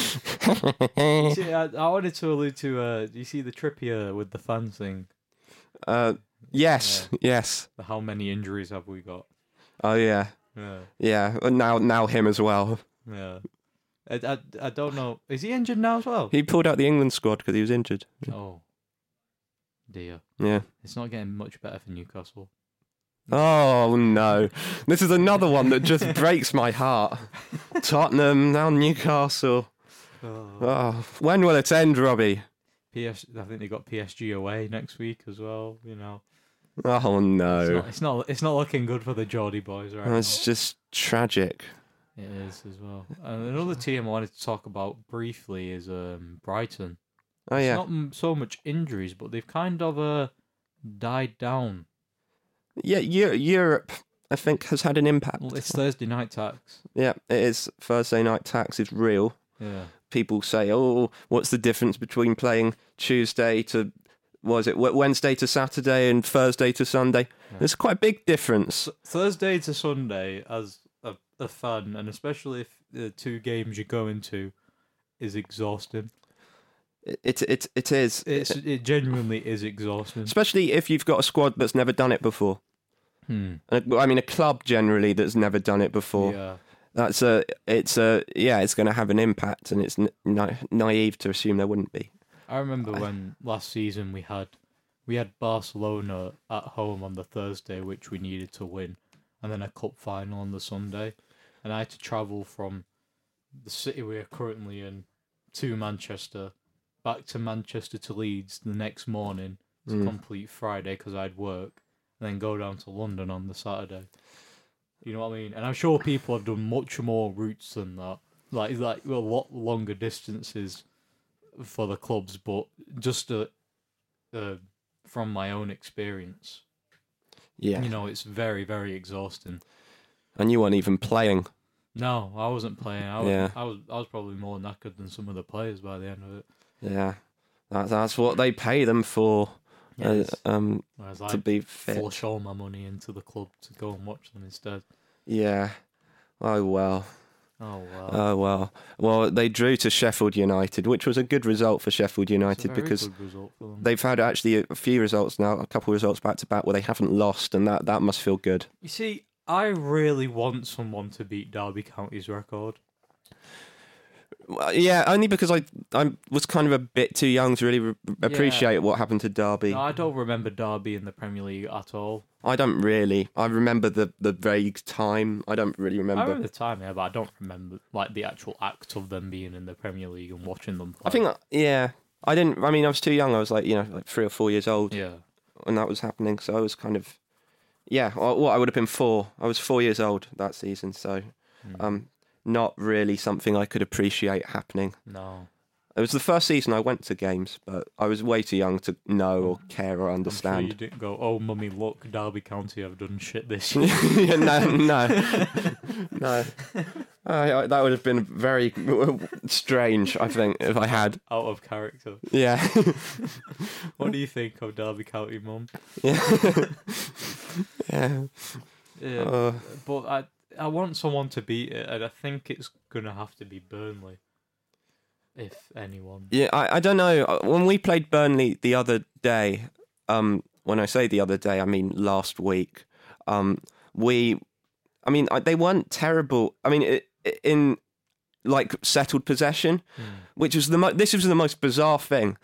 Speaker 1: You see, I, I wanted to allude to. Uh, do you see the Trippier with the fan thing?
Speaker 2: uh, yes, yes.
Speaker 1: The How many injuries have we got?
Speaker 2: Oh yeah,
Speaker 1: Yeah,
Speaker 2: yeah. And now now him as well.
Speaker 1: yeah. I, I, I don't know. Is he injured now as well?
Speaker 2: He pulled out the England squad because he was injured.
Speaker 1: Oh dear,
Speaker 2: Yeah.
Speaker 1: it's not getting much better for *laughs* Newcastle.
Speaker 2: Oh no, this is another one
Speaker 1: *laughs*
Speaker 2: that just breaks my heart. Tottenham now Newcastle. Oh, when will it end, Robbie?
Speaker 1: PS, I think they got PSG away next week as well. You know,
Speaker 2: Oh
Speaker 1: it's
Speaker 2: no,
Speaker 1: not, it's not, it's not looking good for the Geordie boys right now.
Speaker 2: that's just tragic.
Speaker 1: It is as well. And another team I wanted to talk about briefly is um, Brighton.
Speaker 2: Oh yeah,
Speaker 1: It's not m- so much injuries, but they've kind of uh, died down.
Speaker 2: Yeah, Eu- Europe, I think, has had an impact.
Speaker 1: Well, it's Thursday night tax.
Speaker 2: Yeah, it is. Thursday night tax is real.
Speaker 1: Yeah.
Speaker 2: People say, oh, what's the difference between playing Tuesday to, was it Wed- Wednesday to Saturday and Thursday to Sunday? There's quite a big difference.
Speaker 1: Thursday to Sunday as a, a fan, and especially if the two games you go into is exhausting.
Speaker 2: It, it, it, it is.
Speaker 1: It's it genuinely is exhausting.
Speaker 2: Especially if you've got a squad that's never done it before.
Speaker 1: Hmm.
Speaker 2: And, uh, I mean, a club generally that's never done it before.
Speaker 1: Yeah.
Speaker 2: That's a, it's a, yeah, it's going to have an impact, and it's n- na- naive to assume there wouldn't be.
Speaker 1: I remember when last season we had we had Barcelona at home on the Thursday, which we needed to win, and then a cup final on the Sunday, and I had to travel from the city we are currently in to Manchester, back to Manchester to Leeds the next morning to complete Friday because I'd work, and then go down to London on the Saturday. You know what I mean? And I'm sure people have done much more routes than that, like like a lot longer distances for the clubs, but just uh, uh, from my own experience,
Speaker 2: Yeah.
Speaker 1: you know, it's very, very exhausting.
Speaker 2: And you weren't even playing.
Speaker 1: No, I wasn't playing. I was,
Speaker 2: Yeah.
Speaker 1: I was, I was probably more knackered than some of the players by the end of it.
Speaker 2: Yeah, that, that's what they pay them for. uh,
Speaker 1: Yes.
Speaker 2: um,
Speaker 1: Whereas
Speaker 2: to
Speaker 1: I
Speaker 2: be fit.
Speaker 1: flush all my money into the club to go and watch them instead.
Speaker 2: Yeah. Oh well.
Speaker 1: Oh wow,
Speaker 2: Oh well. Well, they drew to Sheffield United, which was a good result for Sheffield
Speaker 1: It's a
Speaker 2: United
Speaker 1: very
Speaker 2: because
Speaker 1: good result for them.
Speaker 2: they've had actually a few results now, a couple of results back to back where they haven't lost, and that that must feel good.
Speaker 1: You see, I really want someone to beat Derby County's record.
Speaker 2: Well, yeah, only because I I was kind of a bit too young to really re- appreciate what happened to Derby.
Speaker 1: No, I don't remember Derby in the Premier League at all.
Speaker 2: I don't really. I remember the the vague time. I don't really
Speaker 1: I
Speaker 2: remember.
Speaker 1: remember the time, yeah, but I don't remember like the actual act of them being in the Premier League and watching them. Play.
Speaker 2: I think, yeah, I didn't. I mean, I was too young. I was like, you know, like three or four years old
Speaker 1: yeah,
Speaker 2: when that was happening. So I was kind of, yeah, well, what I would have been four. I was four years old that season. So,
Speaker 1: Hmm.
Speaker 2: um, not really something I could appreciate happening.
Speaker 1: no,
Speaker 2: It was the first season I went to games, but I was way too young to know or care
Speaker 1: Hmm. I'm sure
Speaker 2: or
Speaker 1: you
Speaker 2: understand.
Speaker 1: didn't go. Oh, mummy, look, *laughs*
Speaker 2: *laughs*
Speaker 1: Derby County have done shit this year.
Speaker 2: yeah, no, no, no. I, I, that would have been very strange, I think, if I had.
Speaker 1: out of character.
Speaker 2: Yeah. *laughs*
Speaker 1: What do you think of Derby County, Mum?
Speaker 2: yeah. yeah.
Speaker 1: Yeah,
Speaker 2: Uh,
Speaker 1: but I I want someone to beat it, and I think it's gonna have to be Burnley, if anyone.
Speaker 2: Yeah, I, I don't know. Uh, When we played Burnley the other day, um, when I say the other day, I mean last week. Um, we, I mean, I, they weren't terrible. I mean, i i- in like settled possession,
Speaker 1: Hmm.
Speaker 2: which was the mo- this was the most bizarre thing.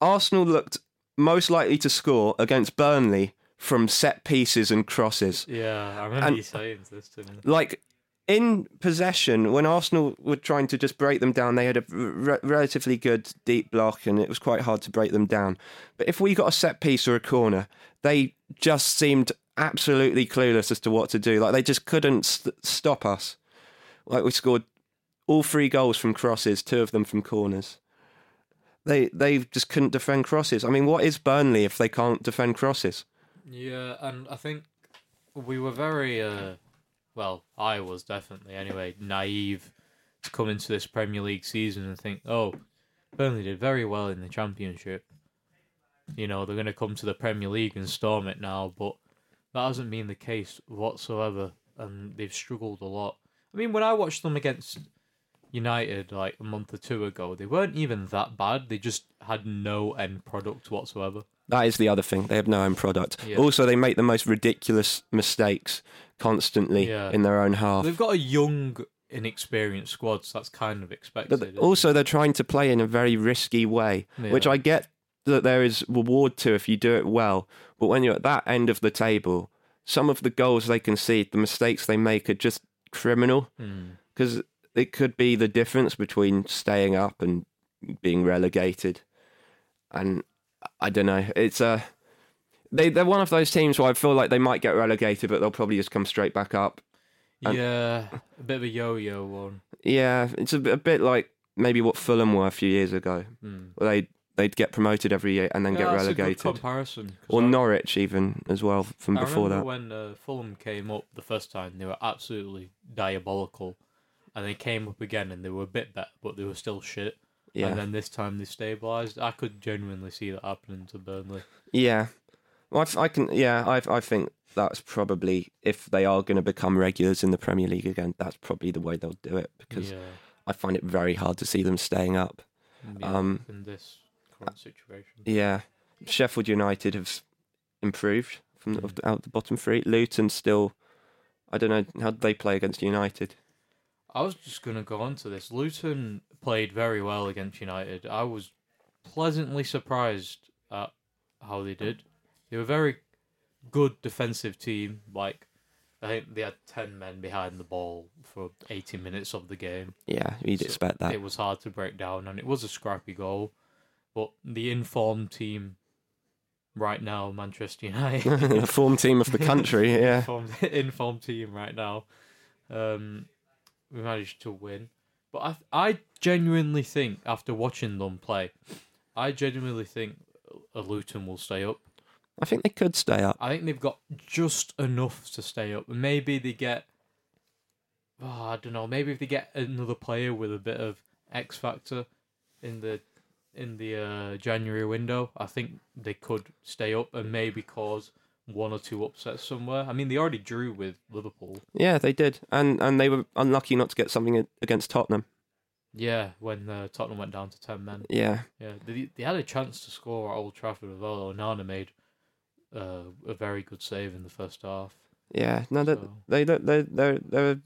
Speaker 2: Arsenal looked most likely to score against Burnley from set pieces and crosses
Speaker 1: Yeah, I remember
Speaker 2: And-
Speaker 1: you saying this to me.
Speaker 2: like in possession when Arsenal were trying to just break them down, they had a re- relatively good deep block, and it was quite hard to break them down. But if we got a set piece or a corner, they just seemed absolutely clueless as to what to do. Like they just couldn't st- stop us. Like we scored all three goals from crosses, two of them from corners. They they just couldn't defend crosses. I mean, what is Burnley if they can't defend crosses?
Speaker 1: Yeah, and I think we were very, uh, well, I was definitely anyway, naive to come into this Premier League season and think, oh, Burnley did very well in the Championship. You know, they're going to come to the Premier League and storm it now, but that hasn't been the case whatsoever, and they've struggled a lot. I mean, when I watched them against United like a month or two ago, they weren't even that bad. They just had no end product whatsoever.
Speaker 2: That is the other thing. They have no own product.
Speaker 1: Yeah.
Speaker 2: Also, they make the most ridiculous mistakes constantly
Speaker 1: Yeah.
Speaker 2: in their own half.
Speaker 1: They've got a young, inexperienced squad, so that's kind of expected.
Speaker 2: But th-
Speaker 1: isn't it?
Speaker 2: also, they're trying to play in a very risky way, which
Speaker 1: Yeah.
Speaker 2: I get that there is reward to if you do it well. But when you're at that end of the table, some of the goals they concede, the mistakes they make are just criminal
Speaker 1: Mm.
Speaker 2: because it could be the difference between staying up and being relegated. And I don't know. It's a they they're one of those teams where I feel like they might get relegated, but they'll probably just come straight back up. And-
Speaker 1: yeah, a bit of a yo-yo one.
Speaker 2: Yeah, it's a, bit- a bit like maybe what Fulham were a few years ago.
Speaker 1: Mm.
Speaker 2: Where they they'd get promoted every year and then
Speaker 1: Yeah,
Speaker 2: get
Speaker 1: that's a good
Speaker 2: relegated,
Speaker 1: comparison. 'cause
Speaker 2: or
Speaker 1: I-
Speaker 2: Norwich even as well from
Speaker 1: I
Speaker 2: before
Speaker 1: remember
Speaker 2: that.
Speaker 1: when uh, Fulham came up the first time, they were absolutely diabolical, and they came up again and they were a bit better, but they were still shit.
Speaker 2: Yeah,
Speaker 1: And then this time they stabilised. I could genuinely see that happening to Burnley.
Speaker 2: yeah. Well, I f- I, can. Yeah, I I think that's probably if they are going to become regulars in the Premier League again, that's probably the way they'll do it because
Speaker 1: Yeah,
Speaker 2: I find it very hard to see them staying up.
Speaker 1: yeah,
Speaker 2: um,
Speaker 1: in this current situation.
Speaker 2: Yeah, Sheffield United have improved from the, out the bottom three. Luton still, I don't know how did they play against United.
Speaker 1: I was just going to go on to this. Luton played very well against United. I was pleasantly surprised at how they did. They were a very good defensive team. Like, I think they had 10 men behind the ball for 80 minutes of the game.
Speaker 2: Yeah, you'd
Speaker 1: So
Speaker 2: expect that.
Speaker 1: It was hard to break down, and it was a scrappy goal. But the informed team right now, Manchester *laughs*
Speaker 2: *laughs*
Speaker 1: United,
Speaker 2: the form
Speaker 1: *laughs*
Speaker 2: team of the country. Yeah,
Speaker 1: informed, informed team right now. Um, we managed to win, but I I genuinely think after watching them play, I genuinely think a Luton will stay up.
Speaker 2: I think they could stay up.
Speaker 1: I think they've got just enough to stay up. Maybe they get, oh, I don't know. Maybe if they get another player with a bit of X factor in the in the uh, January window, I think they could stay up and maybe cause one or two upsets somewhere. I mean, they already drew with Liverpool.
Speaker 2: Yeah, they did, and and they were unlucky not to get something a- against Tottenham.
Speaker 1: Yeah, when uh, Tottenham went down to ten men.
Speaker 2: Yeah,
Speaker 1: Yeah, they they had a chance to score at Old Trafford as well. Onana made uh, a very good save in the first half.
Speaker 2: yeah. No, that
Speaker 1: So-
Speaker 2: they they they they're, they're a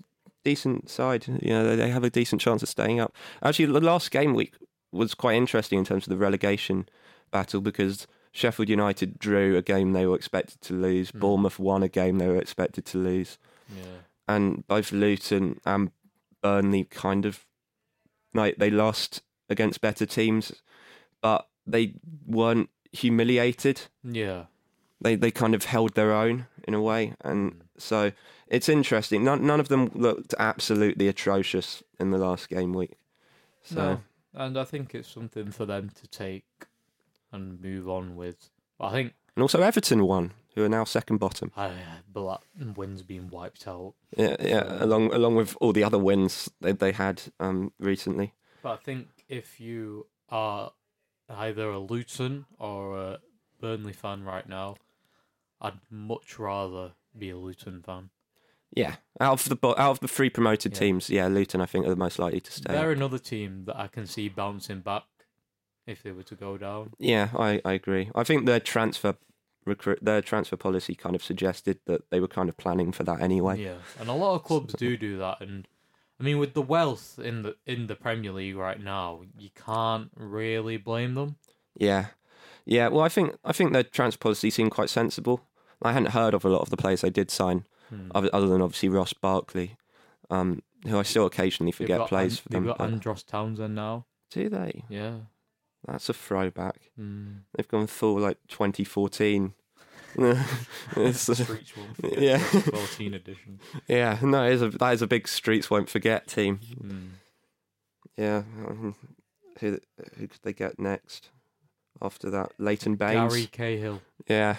Speaker 2: decent side. You know, they, they have a decent chance of staying up. Actually, the last game week was quite interesting in terms of the relegation battle because Sheffield United drew a game they were expected to lose. Bournemouth won a game they were expected to lose,
Speaker 1: Yeah.
Speaker 2: and both Luton and Burnley kind of like they lost against better teams, but they weren't humiliated
Speaker 1: Yeah.
Speaker 2: they they kind of held their own in a way,
Speaker 1: Mm.
Speaker 2: and so it's interesting. None none of them looked absolutely atrocious in the last game week. So
Speaker 1: No. And I think it's something for them to take and move on with. I think
Speaker 2: and also Everton won, who are now second bottom.
Speaker 1: Uh, Black wins being wiped out.
Speaker 2: Yeah, yeah. Along along with all the other wins they they had um, recently.
Speaker 1: But I think if you are either a Luton or a Burnley fan right now, I'd much rather be a Luton fan.
Speaker 2: Yeah, out of the bo- out of the three promoted
Speaker 1: Yeah.
Speaker 2: teams, yeah, Luton I think are the most likely to stay.
Speaker 1: They're
Speaker 2: up.
Speaker 1: another team that I can see bouncing back if they were to go down.
Speaker 2: Yeah, I, I agree. I think their transfer recruit their transfer policy kind of suggested that they were kind of planning for that anyway.
Speaker 1: Yeah, and a lot of clubs do do that. And I mean, with the wealth in the in the Premier League right now, you can't really blame them.
Speaker 2: Yeah, yeah. Well, I think I think their transfer policy seemed quite sensible. I hadn't heard of a lot of the players they did sign, other, other than obviously Ross Barkley, um, who I still occasionally
Speaker 1: They've
Speaker 2: forget
Speaker 1: got
Speaker 2: plays
Speaker 1: An-
Speaker 2: for
Speaker 1: they've
Speaker 2: them.
Speaker 1: got
Speaker 2: but-
Speaker 1: Andros Townsend now.
Speaker 2: do they?
Speaker 1: Yeah.
Speaker 2: That's a throwback.
Speaker 1: Mm.
Speaker 2: They've gone full like *laughs* 2014. *laughs* It's-
Speaker 1: Streets won't
Speaker 2: Yeah.
Speaker 1: forget. Yeah. 14 edition.
Speaker 2: *laughs* yeah, no, it is a, that is a big streets won't forget team.
Speaker 1: Mm.
Speaker 2: Yeah, um, who who could they get next? After that, Leighton Baines.
Speaker 1: Gary Cahill,
Speaker 2: Yeah,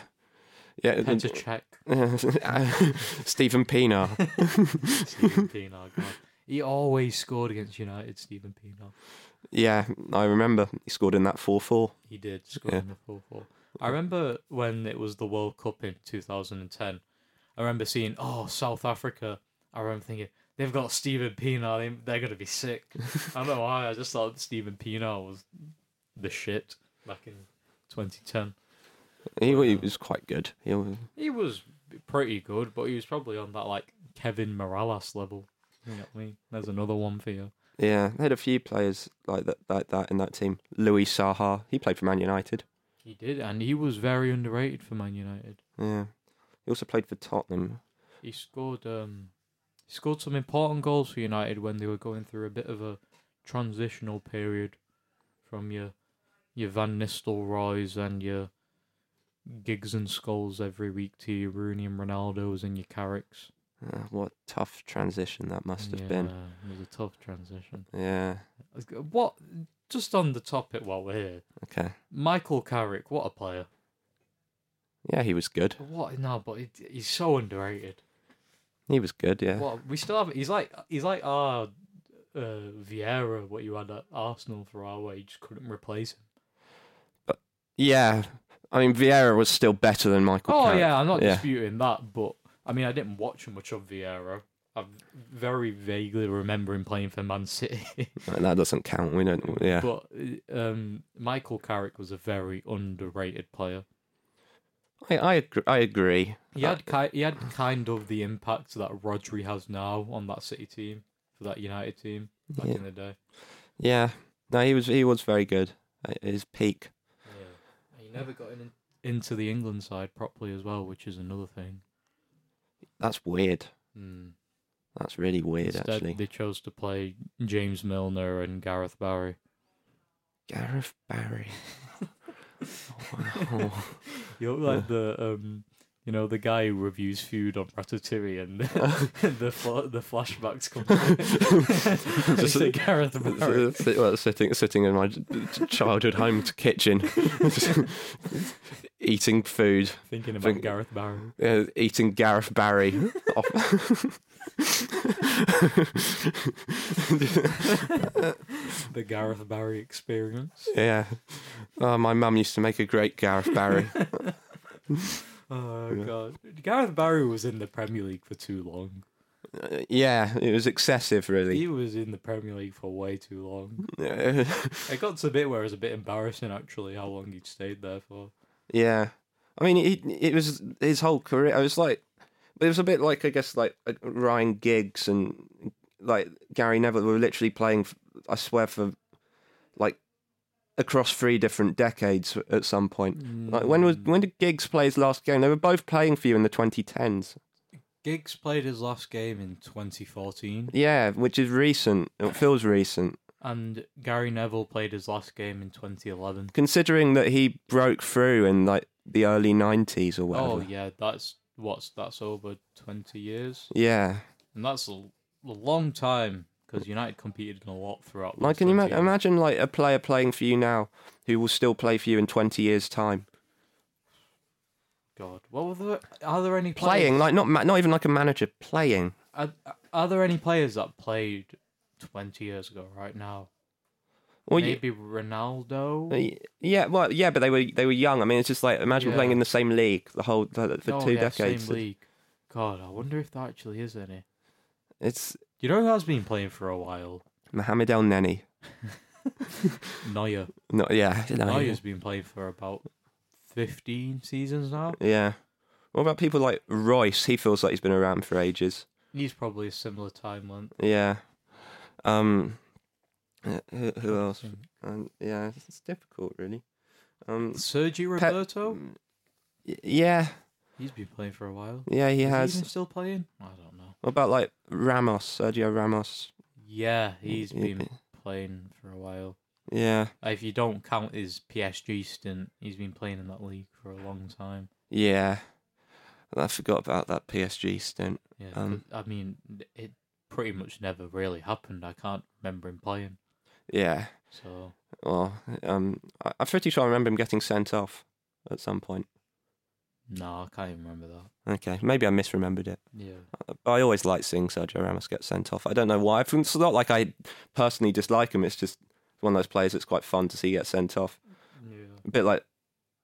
Speaker 2: yeah.
Speaker 1: Petr Cech,
Speaker 2: *laughs* Stephen Pienaar.
Speaker 1: Stephen Pienaar. God. He always scored against United, Stephen Pienaar.
Speaker 2: Yeah, I remember he scored in that four-four.
Speaker 1: He did score
Speaker 2: Yeah.
Speaker 1: in the 4 4. I remember when it was the World Cup in 2010. I remember seeing, oh, South Africa. I remember thinking, they've got Stephen Pienaar. They, they're going to be *laughs* sick. I don't know why. I just thought Stephen Pienaar was the shit back in 2010.
Speaker 2: He, he was quite good. He was,
Speaker 1: He was pretty good, but he was probably on that, like, Kevin Morales level. You know what I mean? There's another one for you.
Speaker 2: yeah, they had a few players like that, like that in that team. Louis Saha, he played for Man United.
Speaker 1: He did, and he was very underrated for Man United.
Speaker 2: Yeah, he also played for Tottenham.
Speaker 1: he scored um he scored some important goals for United when they were going through a bit of a transitional period from your your Van Nistelrooy's and your Gigs and Skulls every week to your Rooney and Ronaldo's and your Carricks.
Speaker 2: Uh, what tough transition that must have
Speaker 1: yeah,
Speaker 2: been.
Speaker 1: It was a tough transition.
Speaker 2: Yeah.
Speaker 1: What just on the topic while we're here.
Speaker 2: Okay.
Speaker 1: Michael Carrick, what a player.
Speaker 2: Yeah, he was good.
Speaker 1: What no, but he, he's so underrated.
Speaker 2: He was good. Yeah.
Speaker 1: Well, we still haven't. He's like he's like our uh, Vieira, what you had at Arsenal for our way. You just couldn't replace him.
Speaker 2: Yeah. I mean, Vieira was still better than Michael.
Speaker 1: Oh
Speaker 2: Carrick.
Speaker 1: yeah, I'm not
Speaker 2: Yeah.
Speaker 1: disputing that, but I mean, I didn't watch much of Vieira. I very vaguely remember him playing for Man City, *laughs*
Speaker 2: And that doesn't count. We don't. Yeah.
Speaker 1: but um, Michael Carrick was a very underrated player.
Speaker 2: I I agree. I agree.
Speaker 1: He had ki- he had kind of the impact that Rodri has now on that City team for that United team back
Speaker 2: Yeah.
Speaker 1: in the day.
Speaker 2: Yeah. No, he was he was very good. At his peak.
Speaker 1: Yeah. And he never got in, into the England side properly as well, which is another thing.
Speaker 2: That's weird.
Speaker 1: Mm.
Speaker 2: That's really weird,
Speaker 1: Instead,
Speaker 2: actually.
Speaker 1: they chose to play James Milner and Gareth Barry.
Speaker 2: Gareth Barry. Oh, *laughs*
Speaker 1: You look like the um, you know, the guy who reviews food on Ratatouille, and *laughs* the the, fla- the flashbacks come. *laughs* back. Just
Speaker 2: Just-
Speaker 1: Gareth Barry. *laughs*
Speaker 2: Sit- well, sitting sitting in my childhood home kitchen, eating food,
Speaker 1: Thinking about
Speaker 2: think-
Speaker 1: Gareth Barry.
Speaker 2: uh, eating Gareth Barry. *laughs* off- *laughs*
Speaker 1: The Gareth Barry experience.
Speaker 2: yeah, oh, my mum used to make a great Gareth Barry.
Speaker 1: Oh god, Gareth Barry was in the Premier League for too long.
Speaker 2: Uh, yeah, it was excessive, really.
Speaker 1: He was in the Premier League for way too long.
Speaker 2: Uh,
Speaker 1: It got to a bit where it was a bit embarrassing, actually, how long he'd stayed there for.
Speaker 2: Yeah, I mean, it it was his whole career. I was like, it was a bit like I guess like uh, Ryan Giggs and like Gary Neville were literally playing. f- I swear for like across three different decades at some point. Like when was when did Giggs play his last game? They were both playing for you in the 2010s.
Speaker 1: Giggs played his last game in 2014,
Speaker 2: Yeah, which is recent. It feels recent
Speaker 1: and Gary Neville played his last game in 2011.
Speaker 2: considering that he broke through in like the early 90s or whatever.
Speaker 1: Oh yeah, that's what's that's over 20 years,
Speaker 2: yeah.
Speaker 1: and that's a, l- a long time because United competed in a lot throughout. those
Speaker 2: Like, can you
Speaker 1: 20
Speaker 2: ima-
Speaker 1: years.
Speaker 2: imagine like a player playing for you now who will still play for you in twenty years' time?
Speaker 1: God. What were the, are there any players,
Speaker 2: Playing like not ma- not even like a manager playing.
Speaker 1: Are, are there any players that played twenty years ago right now?
Speaker 2: Well, y-
Speaker 1: Maybe Ronaldo.
Speaker 2: y- yeah, well, yeah, but they were they were young. I mean, it's just like imagine
Speaker 1: Yeah.
Speaker 2: playing in the same league the whole for, for
Speaker 1: Oh,
Speaker 2: two
Speaker 1: yeah,
Speaker 2: decades.
Speaker 1: Same league. God, I wonder if there actually is any.
Speaker 2: It's
Speaker 1: You know who has been playing for a while?
Speaker 2: Mohamed El Neni.
Speaker 1: Neuer.
Speaker 2: No, yeah, *laughs* no,
Speaker 1: Neuer's been playing for about fifteen seasons now.
Speaker 2: yeah. What about people like Royce? He feels like he's been around for ages.
Speaker 1: He's probably a similar time length.
Speaker 2: Yeah. Um. uh, Who, who else?
Speaker 1: Mm.
Speaker 2: Um, yeah, it's- it's difficult, really. Um.
Speaker 1: Sergi
Speaker 2: Pe-
Speaker 1: Roberto.
Speaker 2: y- yeah,
Speaker 1: He's been playing for a while.
Speaker 2: yeah, he
Speaker 1: Is
Speaker 2: has.
Speaker 1: even still playing? I don't know.
Speaker 2: What about like Ramos, Sergio Ramos?
Speaker 1: Yeah, he's
Speaker 2: Y-
Speaker 1: been playing for a while.
Speaker 2: Yeah,
Speaker 1: If you don't count his PSG stint, he's been playing in that league for a long time.
Speaker 2: yeah. I forgot about that PSG stint.
Speaker 1: Yeah,
Speaker 2: Um,
Speaker 1: but, I mean, it pretty much never really happened. I can't remember him playing.
Speaker 2: Yeah.
Speaker 1: So
Speaker 2: Well, um, I, I'm pretty sure I remember him getting sent off at some point.
Speaker 1: no, I can't even remember that.
Speaker 2: Okay, maybe I misremembered it.
Speaker 1: Yeah,
Speaker 2: But I always like seeing Sergio Ramos get sent off. I don't know why. It's not like I personally dislike him. It's just one of those players that's quite fun to see get sent off.
Speaker 1: yeah.
Speaker 2: A bit like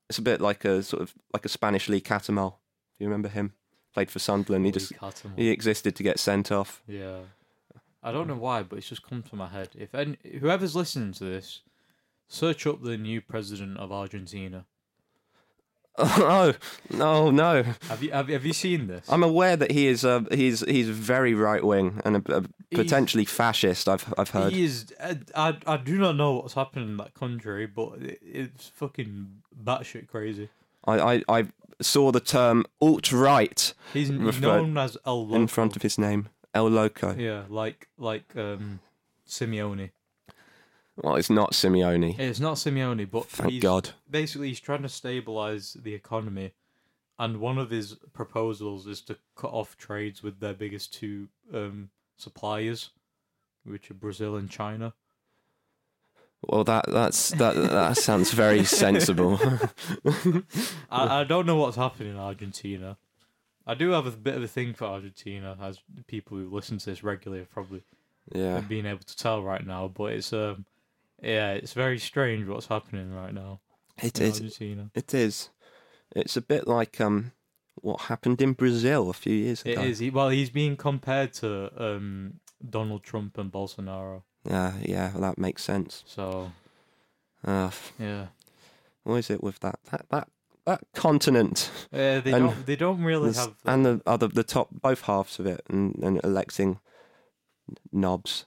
Speaker 2: it's a bit like a sort of like a Spanish Lee Catamal. Do you remember him? Played for Sunderland. He just he existed to get sent off. *laughs*
Speaker 1: Yeah, I don't know why, but it's just come to my head. If any, whoever's listening to this, search up the new president of Argentina.
Speaker 2: Oh no, no!
Speaker 1: Have you have, you- have you seen this?
Speaker 2: I'm aware that he is uh, he's he's very right wing and a, a
Speaker 1: He's-
Speaker 2: potentially fascist. I've I've heard.
Speaker 1: He is. I, I, I do not know what's happening in that country, but it, it's fucking batshit crazy.
Speaker 2: I, I, I saw the term alt right *laughs*
Speaker 1: He's n-
Speaker 2: Referred-
Speaker 1: known as El Loco.
Speaker 2: in front of his name, El Loco.
Speaker 1: Yeah, like like um, Simeone.
Speaker 2: Well, it's not Simeone.
Speaker 1: It's not Simeone, but
Speaker 2: Thank
Speaker 1: he's,
Speaker 2: God.
Speaker 1: basically he's trying to stabilize the economy, and one of his proposals is to cut off trades with their biggest two um, suppliers, which are Brazil and China.
Speaker 2: Well, that that's that that
Speaker 1: *laughs*
Speaker 2: sounds very sensible.
Speaker 1: I, I don't know what's happening in Argentina. I do have a bit of a thing for Argentina, as people who listen to this regularly have probably
Speaker 2: yeah,
Speaker 1: been able to tell right now. But it's um, yeah, it's very strange what's happening right now
Speaker 2: it
Speaker 1: in
Speaker 2: is.
Speaker 1: Argentina.
Speaker 2: It is. It's a bit like um, what happened in Brazil a few years
Speaker 1: It
Speaker 2: ago.
Speaker 1: is. He, well, he's being compared to um, Donald Trump and Bolsonaro.
Speaker 2: Yeah, yeah, well, that makes sense.
Speaker 1: So
Speaker 2: Uh, f-
Speaker 1: yeah,
Speaker 2: what is it with that that that that continent
Speaker 1: uh, they
Speaker 2: And
Speaker 1: don't. They don't really
Speaker 2: There's-
Speaker 1: have. uh,
Speaker 2: and the other the top both halves of it and, and electing knobs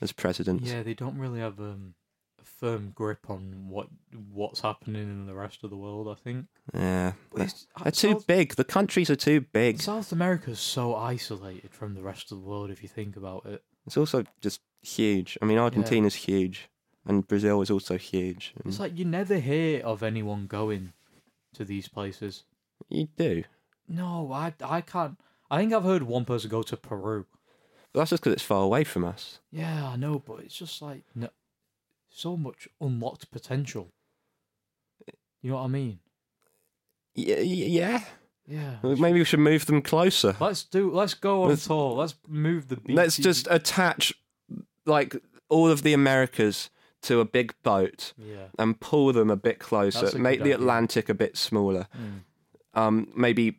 Speaker 2: as presidents.
Speaker 1: yeah, they don't really have um, a firm grip on what what's happening in the rest of the world. I think.
Speaker 2: Yeah.
Speaker 1: But it's-
Speaker 2: They're too
Speaker 1: South,
Speaker 2: big. The countries are too big.
Speaker 1: South America's so isolated from the rest of the world if you think about it.
Speaker 2: It's also just huge. I mean, Argentina's huge, and Brazil is also huge. And
Speaker 1: It's like you never hear of anyone going to these places.
Speaker 2: you do.
Speaker 1: No, I I can't. I think I've heard one person go to Peru.
Speaker 2: But that's just because it's far away from us.
Speaker 1: Yeah, I know, but it's just like no, so much unlocked potential. You know what I mean?
Speaker 2: Yeah. yeah.
Speaker 1: Yeah.
Speaker 2: Well, Maybe we should move them closer.
Speaker 1: Let's do. Let's go on
Speaker 2: Let's-
Speaker 1: tour. Let's move the. Beach.
Speaker 2: Let's just attach, like, all of the Americas to a big boat
Speaker 1: Yeah.
Speaker 2: and pull them a bit closer.
Speaker 1: That's a
Speaker 2: Make
Speaker 1: good
Speaker 2: the
Speaker 1: idea.
Speaker 2: Atlantic a bit smaller.
Speaker 1: Mm.
Speaker 2: um, maybe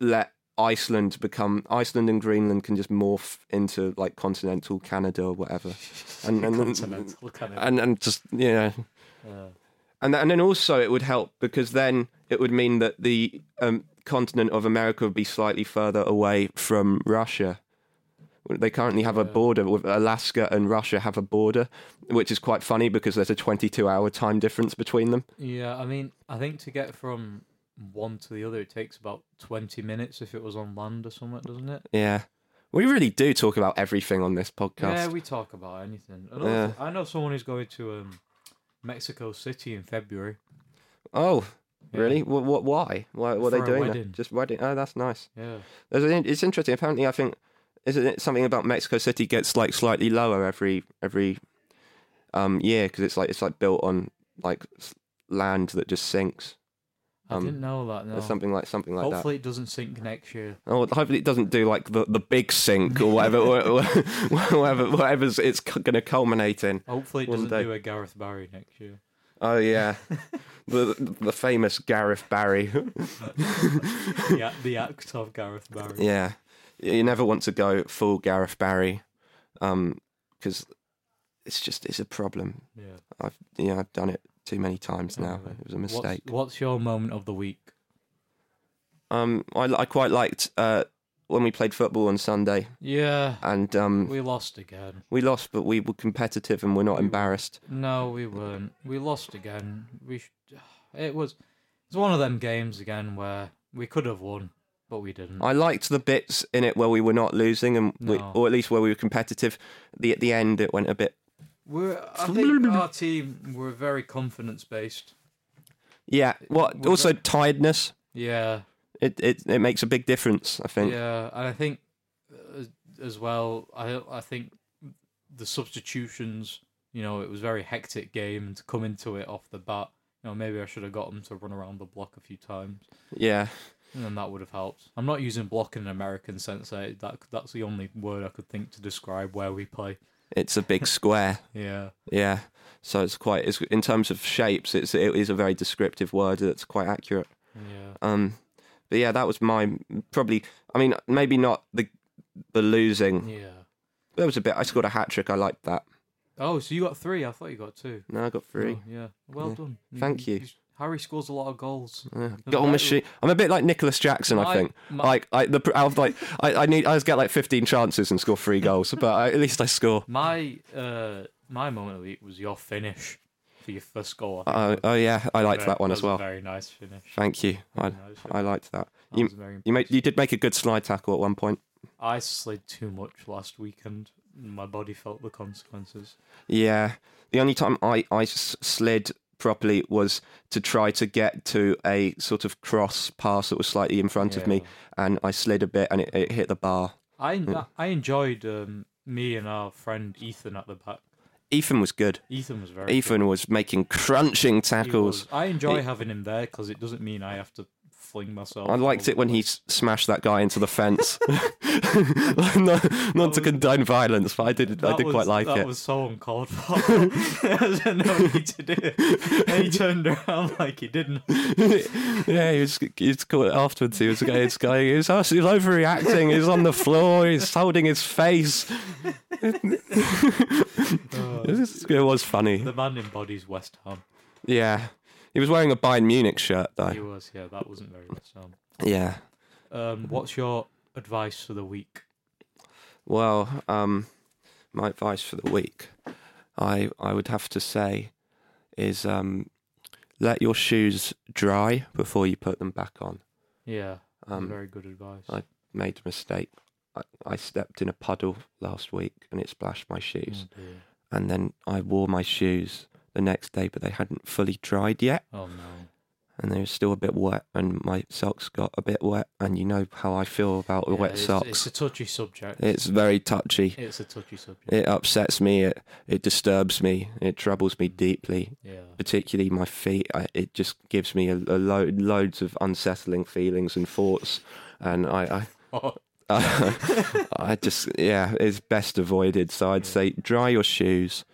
Speaker 2: let Iceland become Iceland and Greenland can just morph into like continental Canada or whatever,
Speaker 1: *laughs*
Speaker 2: and and and,
Speaker 1: Continental kind of-
Speaker 2: and, just yeah,
Speaker 1: yeah.
Speaker 2: and and then also it would help because then it would mean that the um, continent of America would be slightly further away from Russia. They currently have a
Speaker 1: Yeah.
Speaker 2: border with Alaska and Russia have a border, which is quite funny because there's a 22 hour time difference between them.
Speaker 1: Yeah, I mean, I think to get from one to the other, it takes about twenty minutes if it was on land or something, doesn't it?
Speaker 2: Yeah. We really do talk about everything on this podcast.
Speaker 1: Yeah, we talk about anything. Another
Speaker 2: Yeah.
Speaker 1: th- I know someone who's going to um, Mexico City in February.
Speaker 2: Oh,
Speaker 1: Yeah.
Speaker 2: really? What? what why? Why? What are
Speaker 1: For
Speaker 2: they
Speaker 1: a
Speaker 2: doing? there?
Speaker 1: wedding.
Speaker 2: Just wedding. Oh, that's nice.
Speaker 1: Yeah,
Speaker 2: There's an- It's interesting. Apparently, I think isn't it something about Mexico City gets like slightly lower every every um year because it's like it's like built on like s- land that just sinks.
Speaker 1: I didn't know that. No.
Speaker 2: or something like something like
Speaker 1: Oh. Hopefully, it doesn't sink next year.
Speaker 2: that. Oh, hopefully it doesn't do like the, the big sink or whatever, wha- wha- *laughs* whatever, whatever's it's going to culminate in.
Speaker 1: Hopefully, it
Speaker 2: One
Speaker 1: doesn't
Speaker 2: day.
Speaker 1: do a Gareth Barry next
Speaker 2: *laughs*
Speaker 1: year. *laughs*
Speaker 2: Oh yeah, the the famous Gareth Barry. *laughs*
Speaker 1: Yeah, the act of Gareth Barry.
Speaker 2: yeah, you never want to go full Gareth Barry, um, because it's just it's a problem.
Speaker 1: Yeah.
Speaker 2: I've you know I've done it too many times now.
Speaker 1: Anyway,
Speaker 2: It was a
Speaker 1: What's-
Speaker 2: mistake.
Speaker 1: What's, your moment of the week?
Speaker 2: Um, I I quite liked uh when we played football on Sunday,
Speaker 1: Yeah,
Speaker 2: and um
Speaker 1: we lost again.
Speaker 2: we lost, but we were competitive and we're not embarrassed.
Speaker 1: No, we weren't. We lost again. We sh- *sighs* it was it's one of them games again where we could have won, but we didn't.
Speaker 2: I liked the bits in it where we were not losing, and we,
Speaker 1: No.
Speaker 2: or at least where we were competitive. The at the end it went a bit
Speaker 1: We're, I
Speaker 2: *laughs*
Speaker 1: think our team were very confidence based.
Speaker 2: yeah. What
Speaker 1: Was
Speaker 2: also tiredness.
Speaker 1: Yeah,
Speaker 2: It, it it makes a big difference. I think.
Speaker 1: yeah, and I think uh, as well. I I think the substitutions. You know, it was a very hectic game, and to come into it off the bat, you know, maybe I should have got them to run around the block a few times.
Speaker 2: yeah.
Speaker 1: And then that would have helped. I'm not using block in an American sense. I, that that's the only word I could think to describe where we play.
Speaker 2: It's a big square.
Speaker 1: Yeah,
Speaker 2: Yeah. So it's quite it's in terms of shapes. It's it is a very descriptive word that's quite accurate.
Speaker 1: yeah,
Speaker 2: Um, but yeah, that was my probably. I mean, maybe not the the losing.
Speaker 1: yeah.
Speaker 2: There was a bit. I scored a hat trick. I liked that.
Speaker 1: Oh, so you got three? I thought you got two.
Speaker 2: No, I got three.
Speaker 1: Oh, yeah, well
Speaker 2: Yeah.
Speaker 1: done.
Speaker 2: Thank you.
Speaker 1: Harry scores a lot of goals.
Speaker 2: Yeah.
Speaker 1: The
Speaker 2: Goal
Speaker 1: right-
Speaker 2: machine. I'm a bit like Nicholas Jackson. Oh. I
Speaker 1: My-
Speaker 2: think.
Speaker 1: my-
Speaker 2: like I the pr- I'll, like I, I need I just get like 15 chances and score three goals, but I, at least I score.
Speaker 1: My uh, my moment of the week was your finish for your first goal. I think
Speaker 2: Uh, oh yeah, I liked
Speaker 1: very-
Speaker 2: that one
Speaker 1: that was
Speaker 2: as
Speaker 1: a
Speaker 2: well.
Speaker 1: Very nice finish.
Speaker 2: Thank you. I
Speaker 1: Very nice
Speaker 2: I
Speaker 1: finish.
Speaker 2: liked that.
Speaker 1: That
Speaker 2: You
Speaker 1: was very
Speaker 2: you made
Speaker 1: impressive.
Speaker 2: you did make a good slide tackle at one point.
Speaker 1: I slid too much last weekend. My body felt the consequences.
Speaker 2: Yeah. The only time I, I s- slid properly was to try to get to a sort of cross pass that was slightly in front of me, and I slid a bit and it, it hit the bar.
Speaker 1: I
Speaker 2: Hmm.
Speaker 1: I enjoyed um, me and our friend Ethan at the back.
Speaker 2: Ethan was good.
Speaker 1: Ethan was very
Speaker 2: Ethan was making crunching
Speaker 1: good. He was.
Speaker 2: tackles.
Speaker 1: I enjoy having him there because it doesn't mean I have to fling myself.
Speaker 2: I liked it when he s- smashed that guy into the
Speaker 1: *laughs*
Speaker 2: fence. *laughs* not not to condone violence, but I did I
Speaker 1: That
Speaker 2: did
Speaker 1: was-
Speaker 2: quite like
Speaker 1: that
Speaker 2: it.
Speaker 1: was so uncalled for. *laughs* I didn't know what to do. it. And he turned around *laughs* like he didn't.
Speaker 2: yeah, he was he was caught afterwards. He was going, he's going, he was, he was overreacting. He was on the floor. He's holding his face.
Speaker 1: Uh,
Speaker 2: It was, it was funny.
Speaker 1: the man embodies West Ham.
Speaker 2: Yeah. He was wearing a Bayern Munich shirt,
Speaker 1: He
Speaker 2: though.
Speaker 1: was, yeah, that wasn't very West Ham.
Speaker 2: Yeah.
Speaker 1: Um, what's your advice for the week?
Speaker 2: Well, um, my advice for the week, I, I would have to say, is um, let your shoes dry before you put them back on.
Speaker 1: Yeah, that's
Speaker 2: Um,
Speaker 1: very good advice.
Speaker 2: I- Made a mistake. I, I stepped in a puddle last week and it splashed my shoes.
Speaker 1: Oh, dear.
Speaker 2: And then I wore my shoes the next day, but they hadn't fully dried yet.
Speaker 1: oh no.
Speaker 2: and they were still a bit wet, and my socks got a bit wet, and you know how I feel about
Speaker 1: Yeah,
Speaker 2: wet
Speaker 1: it's,
Speaker 2: socks.
Speaker 1: It's a
Speaker 2: It's,
Speaker 1: touchy subject.
Speaker 2: very touchy.
Speaker 1: It's a touchy subject.
Speaker 2: It upsets me. It it disturbs me. It troubles me deeply,
Speaker 1: yeah.
Speaker 2: particularly my feet. I, it just gives me a, a load loads of unsettling feelings and thoughts, and I.
Speaker 1: *laughs* Oh,
Speaker 2: I *laughs* I just yeah, it's best avoided. So I'd say dry your shoes,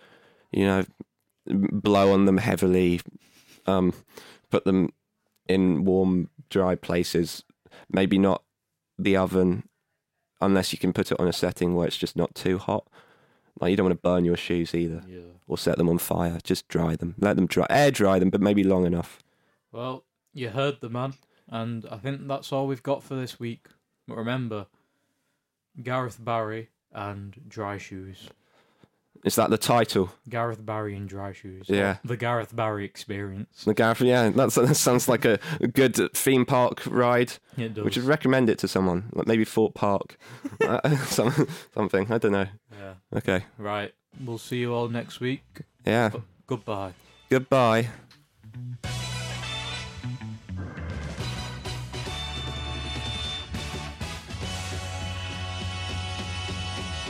Speaker 2: you know, blow on them heavily, um, put them in warm, dry places. Maybe not the oven, unless you can put it on a setting where it's just not too hot. Like you don't want to burn your shoes either,
Speaker 1: yeah.
Speaker 2: or set them on fire. Just dry them, let them dry, air dry them, but maybe long enough.
Speaker 1: Well, you heard the man, and I think that's all we've got for this week. But remember, Gareth Barry and dry shoes.
Speaker 2: Is that the title?
Speaker 1: Gareth Barry and dry shoes.
Speaker 2: Yeah.
Speaker 1: The Gareth Barry experience.
Speaker 2: The Gareth, yeah, that's, that sounds like a, a good theme park ride.
Speaker 1: It does.
Speaker 2: Would you recommend it to someone? Like maybe Fort Park, Uh, *laughs* some, something. I don't know.
Speaker 1: yeah.
Speaker 2: Okay.
Speaker 1: Right. We'll see you all next week.
Speaker 2: Yeah.
Speaker 1: Goodbye.
Speaker 2: Goodbye.